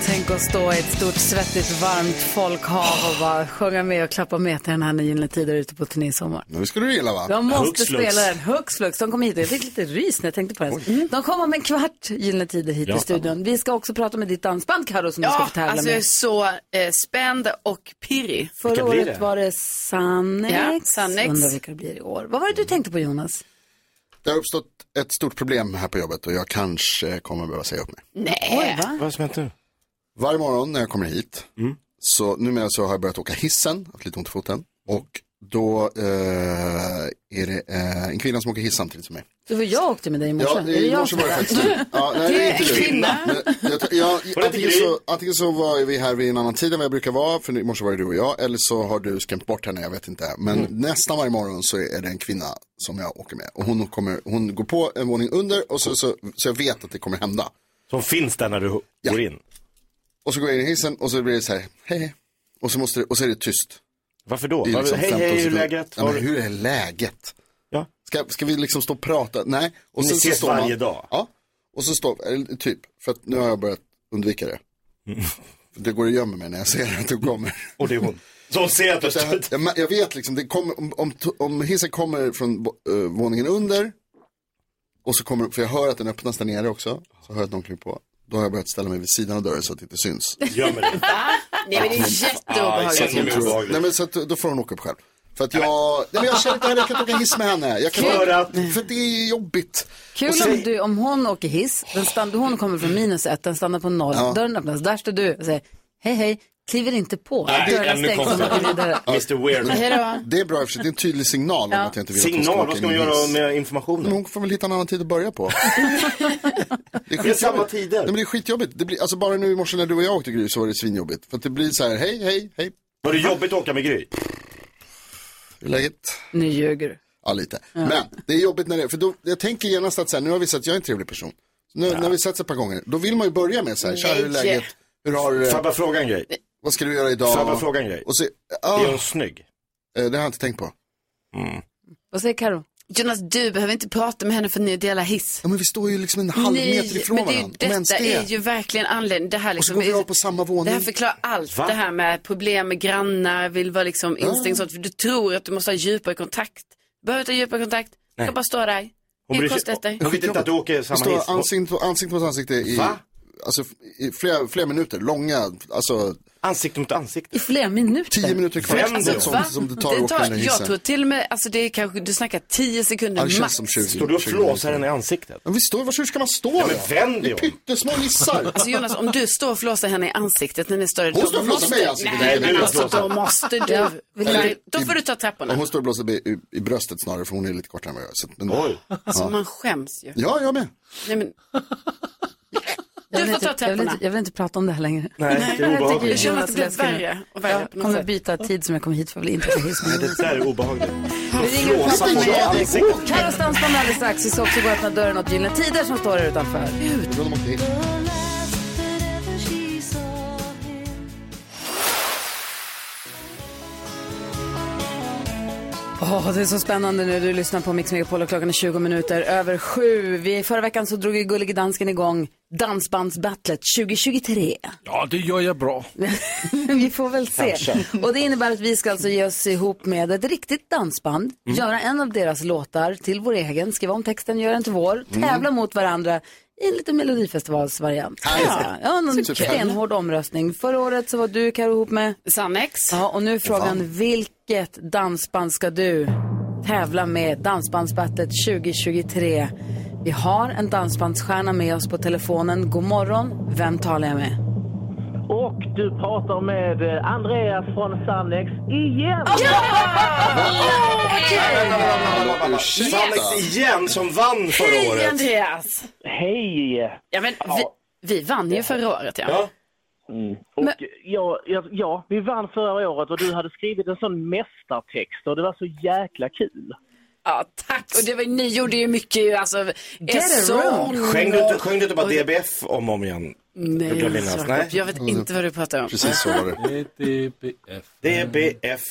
[SPEAKER 1] Tänk att stå i ett stort svettigt varmt folkhav och bara sjunga med och klappa med till den här när Gyllene Tider är ute på turné i sommar.
[SPEAKER 7] Mm,
[SPEAKER 6] Nu skulle du gilla va?
[SPEAKER 1] De måste spela den. Hux flux. De kommer hit. Jag fick lite rys när jag tänkte på det. Mm. De kommer om en kvart Gyllene Tider hit
[SPEAKER 7] Ja.
[SPEAKER 1] i studion. Vi ska också prata med ditt dansband Karo som du ska
[SPEAKER 7] Ja,
[SPEAKER 1] få tävla
[SPEAKER 7] alltså jag är
[SPEAKER 1] med.
[SPEAKER 7] så eh, spänd och pirrig.
[SPEAKER 1] Förra året var det Sannex.
[SPEAKER 7] Ja, Sannex.
[SPEAKER 1] Undrar vilka det blir i år. Vad var det du tänkte på Jonas?
[SPEAKER 6] Det har uppstått ett stort problem här på jobbet och jag kanske kommer behöva säga upp mig.
[SPEAKER 7] Nej.
[SPEAKER 4] Vad som hänt
[SPEAKER 6] Varje morgon när jag kommer hit, så numera så har jag börjat åka hissen, haft lite ont i foten. Och då eh, är det eh, en kvinna som åker hiss samtidigt som mig.
[SPEAKER 1] Det var jag åkte med dig i morse.
[SPEAKER 6] Ja, i morse var det faktiskt du. Ja, nej, det är inte du. Men jag- jag- Antingen så, antingen så var vi här vid en annan tid än vad jag brukar vara, för i morse var det du och jag, eller så har du skrämt bort henne, jag vet inte. Men
[SPEAKER 4] Mm.
[SPEAKER 6] nästan varje morgon så är det en kvinna som jag åker med. Och hon, kommer, hon går på en våning under, och så, så, så jag vet att det kommer hända.
[SPEAKER 4] Som finns där när du går in?
[SPEAKER 6] Och så går jag in i hissen och så blir det så här, hej hej. Och så, måste det, och så är det tyst.
[SPEAKER 4] Varför då?
[SPEAKER 6] I
[SPEAKER 4] Varför- hej, hej,
[SPEAKER 6] 15
[SPEAKER 4] hur är
[SPEAKER 6] sekunder.
[SPEAKER 4] läget?
[SPEAKER 6] Ja,
[SPEAKER 4] Har
[SPEAKER 6] men,
[SPEAKER 4] du-
[SPEAKER 6] hur är läget?
[SPEAKER 4] Ja.
[SPEAKER 6] Ska, ska vi liksom stå och prata? Nej. Och
[SPEAKER 4] Ni ses varje
[SPEAKER 6] dag? Ja. Och så står, eller typ, för att nu har jag börjat undvika det. Det går och gömmer mig när jag ser att du kommer.
[SPEAKER 4] Mm. Och det är hon. Som ser att du
[SPEAKER 6] jag, jag, jag vet liksom, det kommer, om, om, om hissen kommer från uh, våningen under. Och så kommer, för jag hör att den öppnas där nere också. Så hör jag att någon kliver på. Då har jag börjat ställa mig vid sidan av dörren så att det inte syns.
[SPEAKER 4] Gömmer dig.
[SPEAKER 7] Nej, men det är
[SPEAKER 6] Så att
[SPEAKER 7] jätteobehagligt.
[SPEAKER 6] hon tror- Nej men så att, då får hon åka upp själv. För att jag, nej, men jag känner att jag hade kunnat åka hiss med henne. Jag kan,
[SPEAKER 1] För
[SPEAKER 6] För det är jobbigt.
[SPEAKER 1] Kul
[SPEAKER 6] Och så-
[SPEAKER 1] om, du, om hon åker hiss, den stann, hon kommer från minus ett, den stannar på noll,
[SPEAKER 6] Ja.
[SPEAKER 1] dörren öppnas, där står du och säger hej hej, kliver inte på,
[SPEAKER 6] Nej,
[SPEAKER 1] dörren
[SPEAKER 6] ännu
[SPEAKER 1] stängs och man går vidare.
[SPEAKER 6] Ja.
[SPEAKER 4] Mr Weird.
[SPEAKER 6] Men-
[SPEAKER 1] Hej då.
[SPEAKER 6] Det är bra i och för sig, det är en tydlig signal om
[SPEAKER 1] Ja.
[SPEAKER 6] att jag inte vill att
[SPEAKER 4] Signal? Vad ska man göra med
[SPEAKER 6] Men
[SPEAKER 4] informationen?
[SPEAKER 6] hon får väl hitta en annan tid att börja på. Det
[SPEAKER 4] är samma
[SPEAKER 6] tider. Nej, men det är skitjobbigt. Det blir, alltså bara nu i morse när du och jag åkte Gry så var det svinjobbigt. För att det blir så här, hej, hej, hej.
[SPEAKER 4] Var det jobbigt att åka med Gry?
[SPEAKER 6] Hur är läget?
[SPEAKER 1] Nu ljuger du.
[SPEAKER 6] Ja, lite. Men det är jobbigt när det, för då, jag tänker genast att så här, nu har vi sett att jag är en trevlig person. Nu, När vi sett ett par gånger, då vill man ju börja med så här, tja, hur är
[SPEAKER 4] Nej.
[SPEAKER 6] läget? Hur har du
[SPEAKER 4] Får
[SPEAKER 6] det?
[SPEAKER 4] jag bara fråga en grej?
[SPEAKER 6] Vad ska du göra idag?
[SPEAKER 4] Får jag bara fråga en grej?
[SPEAKER 6] Och så,
[SPEAKER 4] Är
[SPEAKER 6] ah,
[SPEAKER 4] hon snygg? Mm.
[SPEAKER 6] eh, det har jag inte tänkt på.
[SPEAKER 1] Vad säger Karo?
[SPEAKER 7] Jonas, du behöver inte prata med henne för ni delar hiss.
[SPEAKER 6] Ja, men vi står ju liksom en halv meter ifrån
[SPEAKER 7] men det är ju,
[SPEAKER 6] varandra. Om ens
[SPEAKER 7] detta
[SPEAKER 6] det.
[SPEAKER 7] är ju verkligen anledningen. Det här, liksom,
[SPEAKER 6] går vi
[SPEAKER 7] är-
[SPEAKER 6] av på samma våning.
[SPEAKER 7] det här förklarar allt.
[SPEAKER 6] Va?
[SPEAKER 7] Det här med problem med grannar, vill vara liksom instängd. sånt. För Du tror att du måste ha djupare kontakt. Du behöver inte ha djupare kontakt. Du
[SPEAKER 4] Nej.
[SPEAKER 7] kan bara stå där.
[SPEAKER 4] Hon
[SPEAKER 7] Helt
[SPEAKER 4] bryr sig-
[SPEAKER 7] konstigt.
[SPEAKER 4] hon vet inte att du åker samma
[SPEAKER 6] Vi
[SPEAKER 4] hiss.
[SPEAKER 6] står ansikte, mot- ansikte mot ansikte i,
[SPEAKER 4] Va?
[SPEAKER 6] alltså, i flera, flera minuter, långa, alltså.
[SPEAKER 4] Ansikte mot ansikte?
[SPEAKER 1] I flera minuter?
[SPEAKER 6] Tio minuter kvar.
[SPEAKER 7] Alltså,
[SPEAKER 6] som,
[SPEAKER 7] va?
[SPEAKER 6] som det tar att åka den där
[SPEAKER 7] Jag
[SPEAKER 6] hissen.
[SPEAKER 7] tror till och med, alltså det är kanske, du snackar 10 sekunder
[SPEAKER 6] Ja, det känns
[SPEAKER 7] max.
[SPEAKER 6] som 20.
[SPEAKER 4] Står du och flåsar henne i ansiktet?
[SPEAKER 6] Men vi står, varför ska man stå
[SPEAKER 4] Ja,
[SPEAKER 6] då?
[SPEAKER 4] men vänd dig om.
[SPEAKER 6] Det är pyttesmå nissar.
[SPEAKER 7] Alltså Jonas, om du står och flåsar henne i ansiktet när ni står där,
[SPEAKER 6] Hon
[SPEAKER 7] då
[SPEAKER 6] står och flåsar
[SPEAKER 7] måste-
[SPEAKER 6] mig i ansiktet.
[SPEAKER 7] Nej,
[SPEAKER 6] Nej,
[SPEAKER 7] men
[SPEAKER 6] du
[SPEAKER 7] alltså
[SPEAKER 6] flåsar.
[SPEAKER 7] då måste
[SPEAKER 6] Ja.
[SPEAKER 7] du. Nej, Då får du ta
[SPEAKER 6] Ja,
[SPEAKER 7] trapporna.
[SPEAKER 6] hon står och blåser i, i, i bröstet snarare för hon är lite kortare än vad jag är. Så, men, Oj.
[SPEAKER 7] Alltså
[SPEAKER 6] Ja.
[SPEAKER 7] man skäms ju.
[SPEAKER 6] ja, jag med.
[SPEAKER 7] Nej, men... Du får ta
[SPEAKER 1] jag, vill
[SPEAKER 7] trapporna.
[SPEAKER 1] inte, jag vill inte prata om det Alltså, här längre.
[SPEAKER 4] Nej, det är obehagligt.
[SPEAKER 7] Jag känner att det blir värre och värre på
[SPEAKER 1] Jag
[SPEAKER 7] något
[SPEAKER 1] kommer
[SPEAKER 7] sätt.
[SPEAKER 1] byta tid som jag kommer hit för jag vill inte ta hiss med
[SPEAKER 4] Nej, det där är obehagligt.
[SPEAKER 1] Flåsa
[SPEAKER 4] på mig i ansiktet.
[SPEAKER 1] Carros dansband alldeles strax. Vi ska också gå och öppna dörren åt Gyllene Tider som står här utanför. Åh, det är så spännande nu. Du lyssnar på Mix Megapol och klockan är 20 minuter över sju. Vi, förra veckan så drog ju Gullige Dansken igång Dansbandsbattlet 2023.
[SPEAKER 8] Ja, det gör jag bra.
[SPEAKER 1] vi får väl se.
[SPEAKER 8] Kanske.
[SPEAKER 1] Och det innebär att vi ska alltså ge oss ihop med ett riktigt dansband,
[SPEAKER 7] Mm.
[SPEAKER 1] göra en av deras låtar till vår egen, skriva om texten, göra den till vår,
[SPEAKER 7] Mm.
[SPEAKER 1] tävla mot varandra i en liten melodifestivalsvariant. Ja, ja, någon
[SPEAKER 7] Superkul.
[SPEAKER 1] stenhård omröstning. Förra året så var du Karo ihop med
[SPEAKER 7] eh, Sannex.
[SPEAKER 1] Ja, och nu är frågan vilket dansband ska du tävla med Dansbandsbattlet 2023? Vi har en dansbandsstjärna med oss på telefonen. God morgon, vem talar jag med?
[SPEAKER 14] Och du pratar med eh, Andreas från Sannex igen!
[SPEAKER 4] Ursäkta. Alex igen som vann förra
[SPEAKER 7] Hej
[SPEAKER 4] året.
[SPEAKER 7] Andreas!
[SPEAKER 14] Hej!
[SPEAKER 7] Ja men vi, vi vann ju förra året ja.
[SPEAKER 4] Mm.
[SPEAKER 14] Och ja, ja, ja, vi vann förra året och du hade skrivit en sån mästartext och det var så jäkla kul.
[SPEAKER 7] Ja, tack. Och det var, ni gjorde ju mycket ju, alltså.
[SPEAKER 14] a room.
[SPEAKER 4] Sjöng du, inte- sjöng du inte bara DBF om och om igen?
[SPEAKER 7] Nej,
[SPEAKER 4] Vill jag minnas?
[SPEAKER 7] Jakob,
[SPEAKER 4] Nej.
[SPEAKER 7] jag vet inte vad du pratar om.
[SPEAKER 4] Precis så var det. DBF. DBF.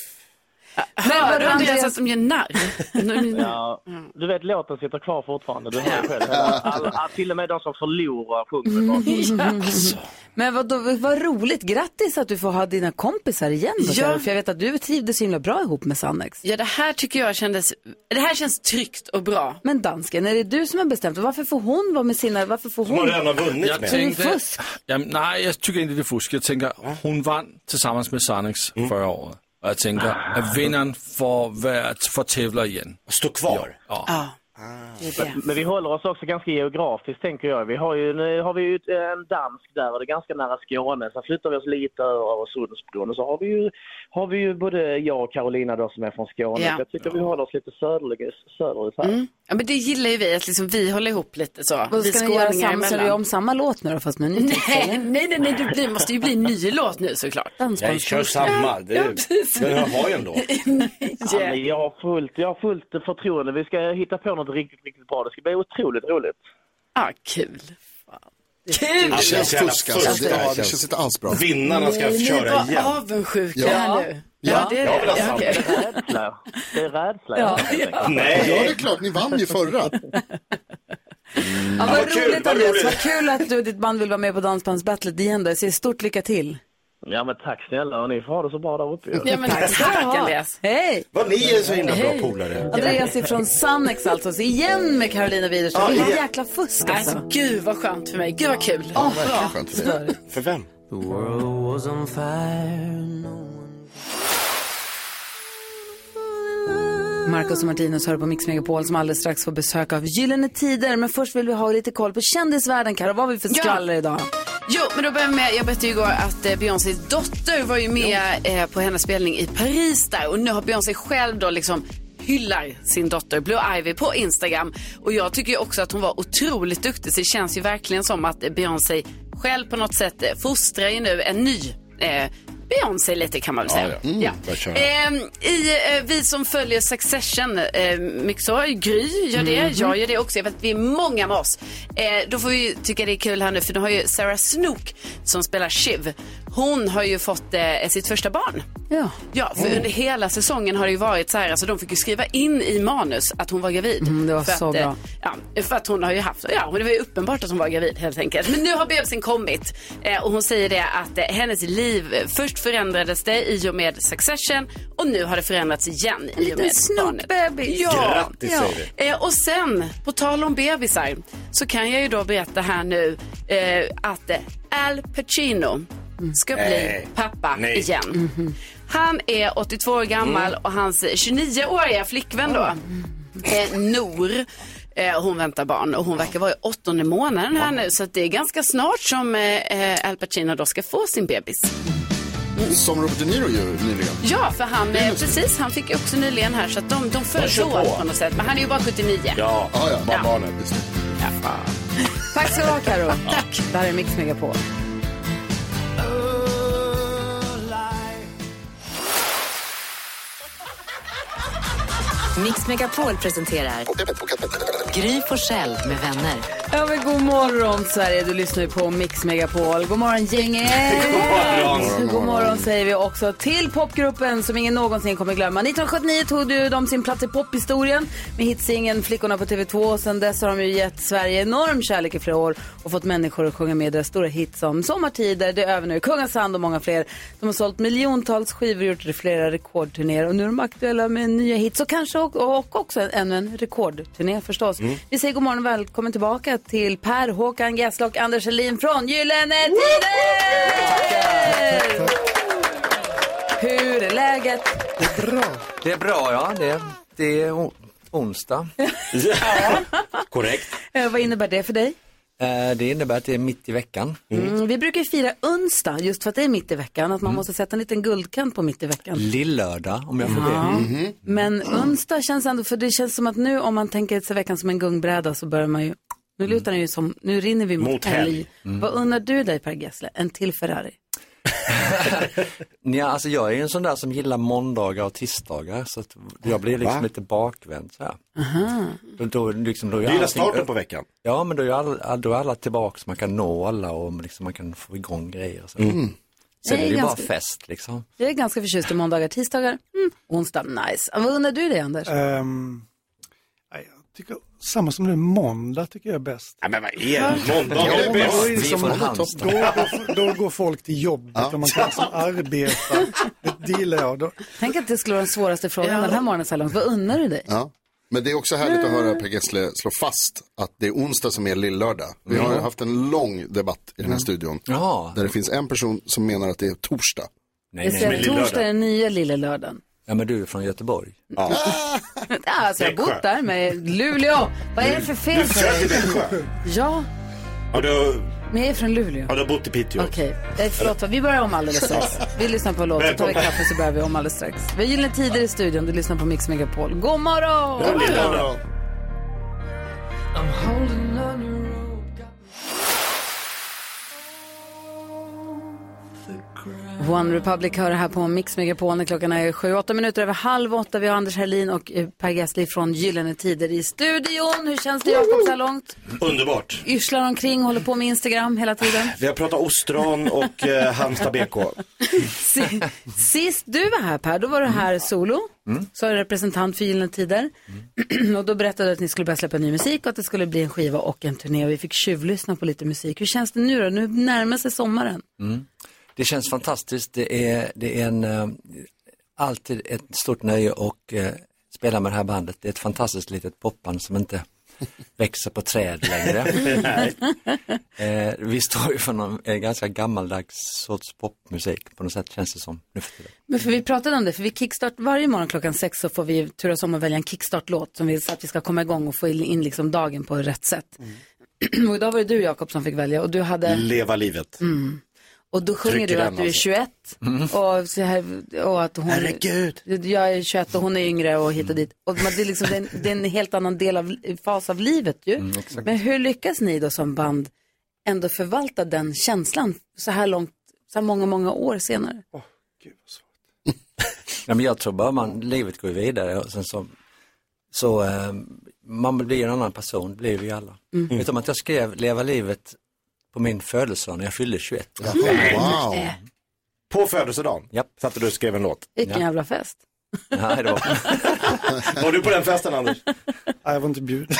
[SPEAKER 7] Hör du
[SPEAKER 14] Hörde
[SPEAKER 7] Andreas
[SPEAKER 14] Andreas-
[SPEAKER 7] att de gör narr? Nu-
[SPEAKER 14] Ja, du vet låten sitter kvar fortfarande, du hör ju själv. Alla, till och med de som förlorar sjunger
[SPEAKER 1] Mm.
[SPEAKER 14] Alltså.
[SPEAKER 1] Men vad, vad roligt, grattis att du får ha dina kompisar igen då,
[SPEAKER 7] Ja.
[SPEAKER 1] Karo, för jag vet att du trivdes så himla bra ihop med Sannex.
[SPEAKER 7] Ja, det här tycker jag kändes, det här känns tryggt och bra.
[SPEAKER 1] Men dansken, är det du som har bestämt varför får hon vara med sina, varför får hon?
[SPEAKER 8] Jag
[SPEAKER 1] Så det är
[SPEAKER 8] tänkte,
[SPEAKER 1] fusk.
[SPEAKER 8] jamen, nej, jag tycker inte det är fusk. Jag tänker, hon vann tillsammans med Sannex
[SPEAKER 4] Mm.
[SPEAKER 8] förra året. Och jag tänker, att vinnaren får, vara- får tävla igen.
[SPEAKER 4] Ah. Stå kvar?
[SPEAKER 8] Ja.
[SPEAKER 14] Ah. Men, men vi håller oss också ganska geografiskt tänker jag. Vi har ju, nu har vi ju ett- eh, en dansk där och det är ganska nära Skåne. Sen flyttar vi oss lite över Öresundsbron och så har vi ju, har vi ju både jag och Carolina då som är från Skåne.
[SPEAKER 7] Ja. Mm.
[SPEAKER 14] Så Jag tycker vi håller oss lite söderlig, söderut här.
[SPEAKER 7] Ja, men det gillar ju vi, att liksom vi håller ihop lite så.
[SPEAKER 1] Vad
[SPEAKER 7] vi
[SPEAKER 1] ska ni göra
[SPEAKER 7] skåningar
[SPEAKER 1] samma, så är
[SPEAKER 7] emellan.
[SPEAKER 1] det om samma låt nu då, fast med en ny text,
[SPEAKER 7] Nej,
[SPEAKER 1] eller?
[SPEAKER 7] nej, nej, nej det blir, måste ju bli en ny låt nu såklart.
[SPEAKER 1] Dansband.
[SPEAKER 4] Jag kör samma. Det är-
[SPEAKER 7] Ja, precis.
[SPEAKER 4] men jag har ju en låt.
[SPEAKER 14] Ja, men jag, har fullt, jag har fullt förtroende. Vi ska hitta på något riktigt, riktigt bra. Det ska bli otroligt roligt.
[SPEAKER 7] Ja, kul.
[SPEAKER 6] Det känns fusk alltså. Det, det känns inte alls bra.
[SPEAKER 4] Vinnarna ska köra
[SPEAKER 7] Ni är
[SPEAKER 4] igen.
[SPEAKER 7] bara avundsjuka
[SPEAKER 6] Ja.
[SPEAKER 7] här nu.
[SPEAKER 6] Ja.
[SPEAKER 7] det är
[SPEAKER 4] Jag vill ha
[SPEAKER 7] det.
[SPEAKER 4] samma.
[SPEAKER 7] okej.
[SPEAKER 14] Rädsla. Det är rädsla.
[SPEAKER 7] Ja.
[SPEAKER 4] Nej.
[SPEAKER 6] Ja, det är klart. Ni vann ju förra.
[SPEAKER 1] Ja, vad
[SPEAKER 6] vad kul,
[SPEAKER 1] roligt
[SPEAKER 6] vad
[SPEAKER 1] Andreas,
[SPEAKER 6] roligt.
[SPEAKER 1] vad kul att du och ditt band vill vara med på Dansbandsbattlet igen då. Jag säger stort lycka till.
[SPEAKER 14] Ja, men tack snälla. Och ni får ha det så bra där uppe. ju.
[SPEAKER 1] Ja, men tack ska du ha. Andreas. Hej!
[SPEAKER 4] Vad ni är så himla bra
[SPEAKER 1] Hej.
[SPEAKER 4] polare.
[SPEAKER 1] Andreas är från Sannex alltså, så igen med Carolina Widerström.
[SPEAKER 7] Ja,
[SPEAKER 1] Vilket
[SPEAKER 7] igen.
[SPEAKER 1] jäkla fusk
[SPEAKER 7] Nej,
[SPEAKER 1] alltså.
[SPEAKER 7] Alltså, gud vad skönt för mig. Gud vad kul. Ja, bra.
[SPEAKER 4] För vem?
[SPEAKER 1] Marcus och Martinus hör på Mix Megapol som alldeles strax får besök av Gyllene Tider. Men först vill vi ha lite koll på kändisvärlden, Karo. Vad har vi för
[SPEAKER 7] Ja.
[SPEAKER 1] skvaller idag?
[SPEAKER 7] Jo, men då börjar vi med, jag berättade ju igår att eh, Beyoncés dotter var ju med eh, på hennes spelning i Paris där och nu har Beyoncé själv då liksom hyllar sin dotter Blue Ivy på Instagram och jag tycker ju också att hon var otroligt duktig så det känns ju verkligen som att eh, Beyoncé själv på något sätt eh, fostrar ju nu en ny eh, Beyoncé lite kan man väl säga.
[SPEAKER 15] Mm,
[SPEAKER 7] Ja.
[SPEAKER 15] där kör
[SPEAKER 7] Ehm, i, eh, vi som följer Succession, eh, mycket så, Gry gör det,
[SPEAKER 15] Mhm.
[SPEAKER 7] jag gör det också. Jag vet att vi är många med oss. Eh, då får vi ju tycka det är kul här nu för nu har ju Sarah Snook som spelar Shiv. hon har ju fått eh, sitt första barn.
[SPEAKER 1] Ja.
[SPEAKER 7] Ja,
[SPEAKER 1] Mm.
[SPEAKER 7] för under hela säsongen har det ju varit så här, alltså de fick ju skriva in i manus att hon var gravid.
[SPEAKER 1] Mm, det var
[SPEAKER 7] för
[SPEAKER 1] så
[SPEAKER 7] att, eh,
[SPEAKER 1] bra.
[SPEAKER 7] Ja, för att hon har ju haft, ja, och det var ju uppenbart att hon var gravid helt enkelt. Men nu har bebisen kommit eh, och hon säger det att eh, hennes liv, eh, först förändrades det i och med Succession och nu har det förändrats igen i och med
[SPEAKER 1] liten
[SPEAKER 7] barnet.
[SPEAKER 1] snokbebis.
[SPEAKER 7] Ja.
[SPEAKER 1] Grattis,
[SPEAKER 7] ja.
[SPEAKER 1] säger
[SPEAKER 7] Eh, och sen, på tal om bebisar, så kan jag ju då berätta här nu eh, att eh, Al Pacino ska bli
[SPEAKER 5] Nej.
[SPEAKER 7] pappa
[SPEAKER 5] Eh, Nej.
[SPEAKER 7] igen. Han är 82 år gammal och hans 29-åriga flickvän då,
[SPEAKER 1] Mm.
[SPEAKER 7] eh, Nor, eh, hon väntar barn och hon verkar vara i åttonde månaden här nu så att det är ganska snart som eh, eh, Al Pacino då ska få sin bebis.
[SPEAKER 6] Som Robert De Niro ju nyligen.
[SPEAKER 7] Ja, för han, eh, precis, han fick ju också nyligen här så att de, de följs
[SPEAKER 6] kör på.
[SPEAKER 7] åt på något sätt. Men han är ju bara 79.
[SPEAKER 6] Ja, ja, ja. bara
[SPEAKER 7] Ja.
[SPEAKER 6] barnet. Visst.
[SPEAKER 1] Tack ska du ha, Karo. Tack. Det här är Mix Megapol.
[SPEAKER 2] Mix Megapol presenterar Gry Forssell med vänner.
[SPEAKER 1] Ja, men god morgon, Sverige. Du lyssnar ju på Mix Megapol. God morgon, gänget.
[SPEAKER 5] morgon.
[SPEAKER 1] God morgon säger vi också till popgruppen som ingen någonsin kommer glömma. 1979 tog ju de sin plats i pophistorien med hitsingen Flickorna på TV2. Och sen dess har de ju gett Sverige enorm kärlek i flera år och fått människor att sjunga med i deras stora hits som Sommartider, Det är över nu, Kungasand och många fler. De har sålt miljontals skivor och gjort flera rekordturnéer och nu är de aktuella med nya hits och kanske och, och också en- ännu en rekordturné förstås. Vi säger god morgon och välkommen tillbaka till Per, Håkan Gessle och Anders Helin från Gyllene Tider! Hur är läget?
[SPEAKER 16] Det är bra. Det är bra, ja. Det är, det är on- onsdag.
[SPEAKER 4] Korrekt.
[SPEAKER 1] Eh, Vad innebär det för dig?
[SPEAKER 16] Eh, Det innebär att det är mitt i veckan.
[SPEAKER 1] Mm, vi brukar ju fira onsdag just för att det är mitt i veckan, att man måste sätta en liten guldkant på mitt i veckan.
[SPEAKER 16] Lill-lördag, om jag får be.
[SPEAKER 1] Ja.
[SPEAKER 4] Mm-hmm.
[SPEAKER 1] Men onsdag känns ändå, för det känns som att nu om man tänker sig veckan som en gungbräda så börjar man ju, nu lutar den ju som, nu rinner vi Mm. mot,
[SPEAKER 16] Mot
[SPEAKER 1] helg.
[SPEAKER 16] helg. Mm.
[SPEAKER 1] Vad unnar du dig Per Gessle? En till Ferrari?
[SPEAKER 16] Ja, alltså jag är ju en sån där som gillar måndagar och tisdagar så att jag blir liksom
[SPEAKER 1] Va?
[SPEAKER 16] lite bakvänd så här.
[SPEAKER 1] Aha.
[SPEAKER 16] Då, då, liksom, då är
[SPEAKER 4] Du gillar
[SPEAKER 16] allting
[SPEAKER 4] starten
[SPEAKER 16] upp-
[SPEAKER 4] på veckan?
[SPEAKER 16] Ja, men då är, alla, då är alla tillbaka så man kan nå alla och liksom, man kan få igång grejer. Så.
[SPEAKER 4] Mm.
[SPEAKER 16] Sen
[SPEAKER 1] Det är
[SPEAKER 16] är det ju bara
[SPEAKER 1] ganska-
[SPEAKER 16] fest liksom.
[SPEAKER 1] Jag är ganska förtjust i måndagar, tisdagar, mm, onsdag, nice. Vad unnar du dig Anders?
[SPEAKER 17] Ehm, nej, jag tycker, samma som nu, måndag tycker jag är bäst.
[SPEAKER 4] Ja, men vad
[SPEAKER 17] Ja,
[SPEAKER 4] är det? Måndag
[SPEAKER 17] men
[SPEAKER 4] är det
[SPEAKER 17] då är det
[SPEAKER 4] bäst.
[SPEAKER 17] liksom- då, går- då går folk till jobbet och man kan liksom arbeta. Det, det gillar jag. Då,
[SPEAKER 1] Tänk att det skulle vara den svåraste frågan den här morgonen så här långt. Vad unnar du dig?
[SPEAKER 6] Ja. Men det är också härligt att höra Per Gessle slå fast att det är onsdag som är lillördag. Vi har
[SPEAKER 16] Mm.
[SPEAKER 6] haft en lång debatt i den här studion. Där det finns en person som menar att det är torsdag.
[SPEAKER 1] jag säger att torsdag är den nya lilla lördagen.
[SPEAKER 16] Ja, men du är från Göteborg.
[SPEAKER 1] Ja, alltså jag har
[SPEAKER 16] Växjö.
[SPEAKER 1] bott där med Luleå. Vad är det för fel på
[SPEAKER 4] född i
[SPEAKER 1] dig?
[SPEAKER 4] Växjö?
[SPEAKER 1] Ja,
[SPEAKER 4] Har du,
[SPEAKER 1] men jag är från Luleå.
[SPEAKER 4] har du bott i Piteå?
[SPEAKER 1] Okej, okay. förlåt. Vi börjar om alldeles strax. Vi lyssnar på en låt, så tar vi kaffe så börjar vi om alldeles strax. Vi har Gyllene Tider i studion, du lyssnar på Mix Megapol. God morgon!
[SPEAKER 5] God morgon!
[SPEAKER 1] One Republic hör här på Mix Megapol när klockan är sju, åtta minuter över halv åtta. Vi har Anders Herlin och eh, Per Gessle från Gyllene Tider i studion. Hur känns det Jakob så här långt?
[SPEAKER 4] Underbart.
[SPEAKER 1] Yrslar omkring, håller på med Instagram hela tiden.
[SPEAKER 4] Vi har pratat ostron och eh, Halmstad BK.
[SPEAKER 1] Si- Sist du var här Per, då var du här solo,
[SPEAKER 4] Mm.
[SPEAKER 1] så är du representant för Gyllene Tider. och då berättade du att ni skulle börja släppa ny musik och att det skulle bli en skiva och en turné och vi fick tjuvlyssna på lite musik. Hur känns det nu då? Nu närmar sig sommaren.
[SPEAKER 16] Mm. Det känns fantastiskt. Det är, det är en, eh, alltid ett stort nöje att eh, spela med det här bandet. Det är ett fantastiskt litet popband som inte växer på träd längre.
[SPEAKER 5] Nej.
[SPEAKER 16] eh, vi står ju för någon eh, ganska gammaldags sorts popmusik på något sätt känns det som nu för tiden.
[SPEAKER 1] Men för vi pratade om det, för vi kickstart, varje morgon klockan sex så får vi turas om att välja en kickstart-låt som vi, så att vi ska komma igång och få in liksom dagen på rätt sätt.
[SPEAKER 7] Mm.
[SPEAKER 1] och idag var det du Jakob som fick välja och du hade...
[SPEAKER 4] Leva livet.
[SPEAKER 1] Mm. Och då sjunger
[SPEAKER 4] Trycker
[SPEAKER 1] du
[SPEAKER 4] den
[SPEAKER 1] att du är
[SPEAKER 4] alltså.
[SPEAKER 1] 21
[SPEAKER 4] Mm.
[SPEAKER 1] och, så här, och att hon... Herregud! Jag är 21 och hon är yngre och hit och
[SPEAKER 4] Mm.
[SPEAKER 1] dit. Och man, det, är liksom, det, är en, det är en helt annan del av, fas av livet ju.
[SPEAKER 4] Mm,
[SPEAKER 5] exakt.
[SPEAKER 1] Men hur lyckas ni då som band ändå förvalta den känslan så här långt, så här många, många år senare?
[SPEAKER 16] Nej, men jag tror bara man, livet går ju vidare och sen så, så eh, man blir en annan person, blir vi alla.
[SPEAKER 1] Mm.
[SPEAKER 16] Vet du om att jag skrev Leva livet på min födelsedag när jag fyllde 21.
[SPEAKER 5] Jaha, wow.
[SPEAKER 16] Mm.
[SPEAKER 4] På födelsedagen satt du och skrev en låt.
[SPEAKER 1] Vilken jävla fest.
[SPEAKER 16] Nej, det var...
[SPEAKER 4] var du på den festen Anders?
[SPEAKER 17] Nej, jag var inte bjuden.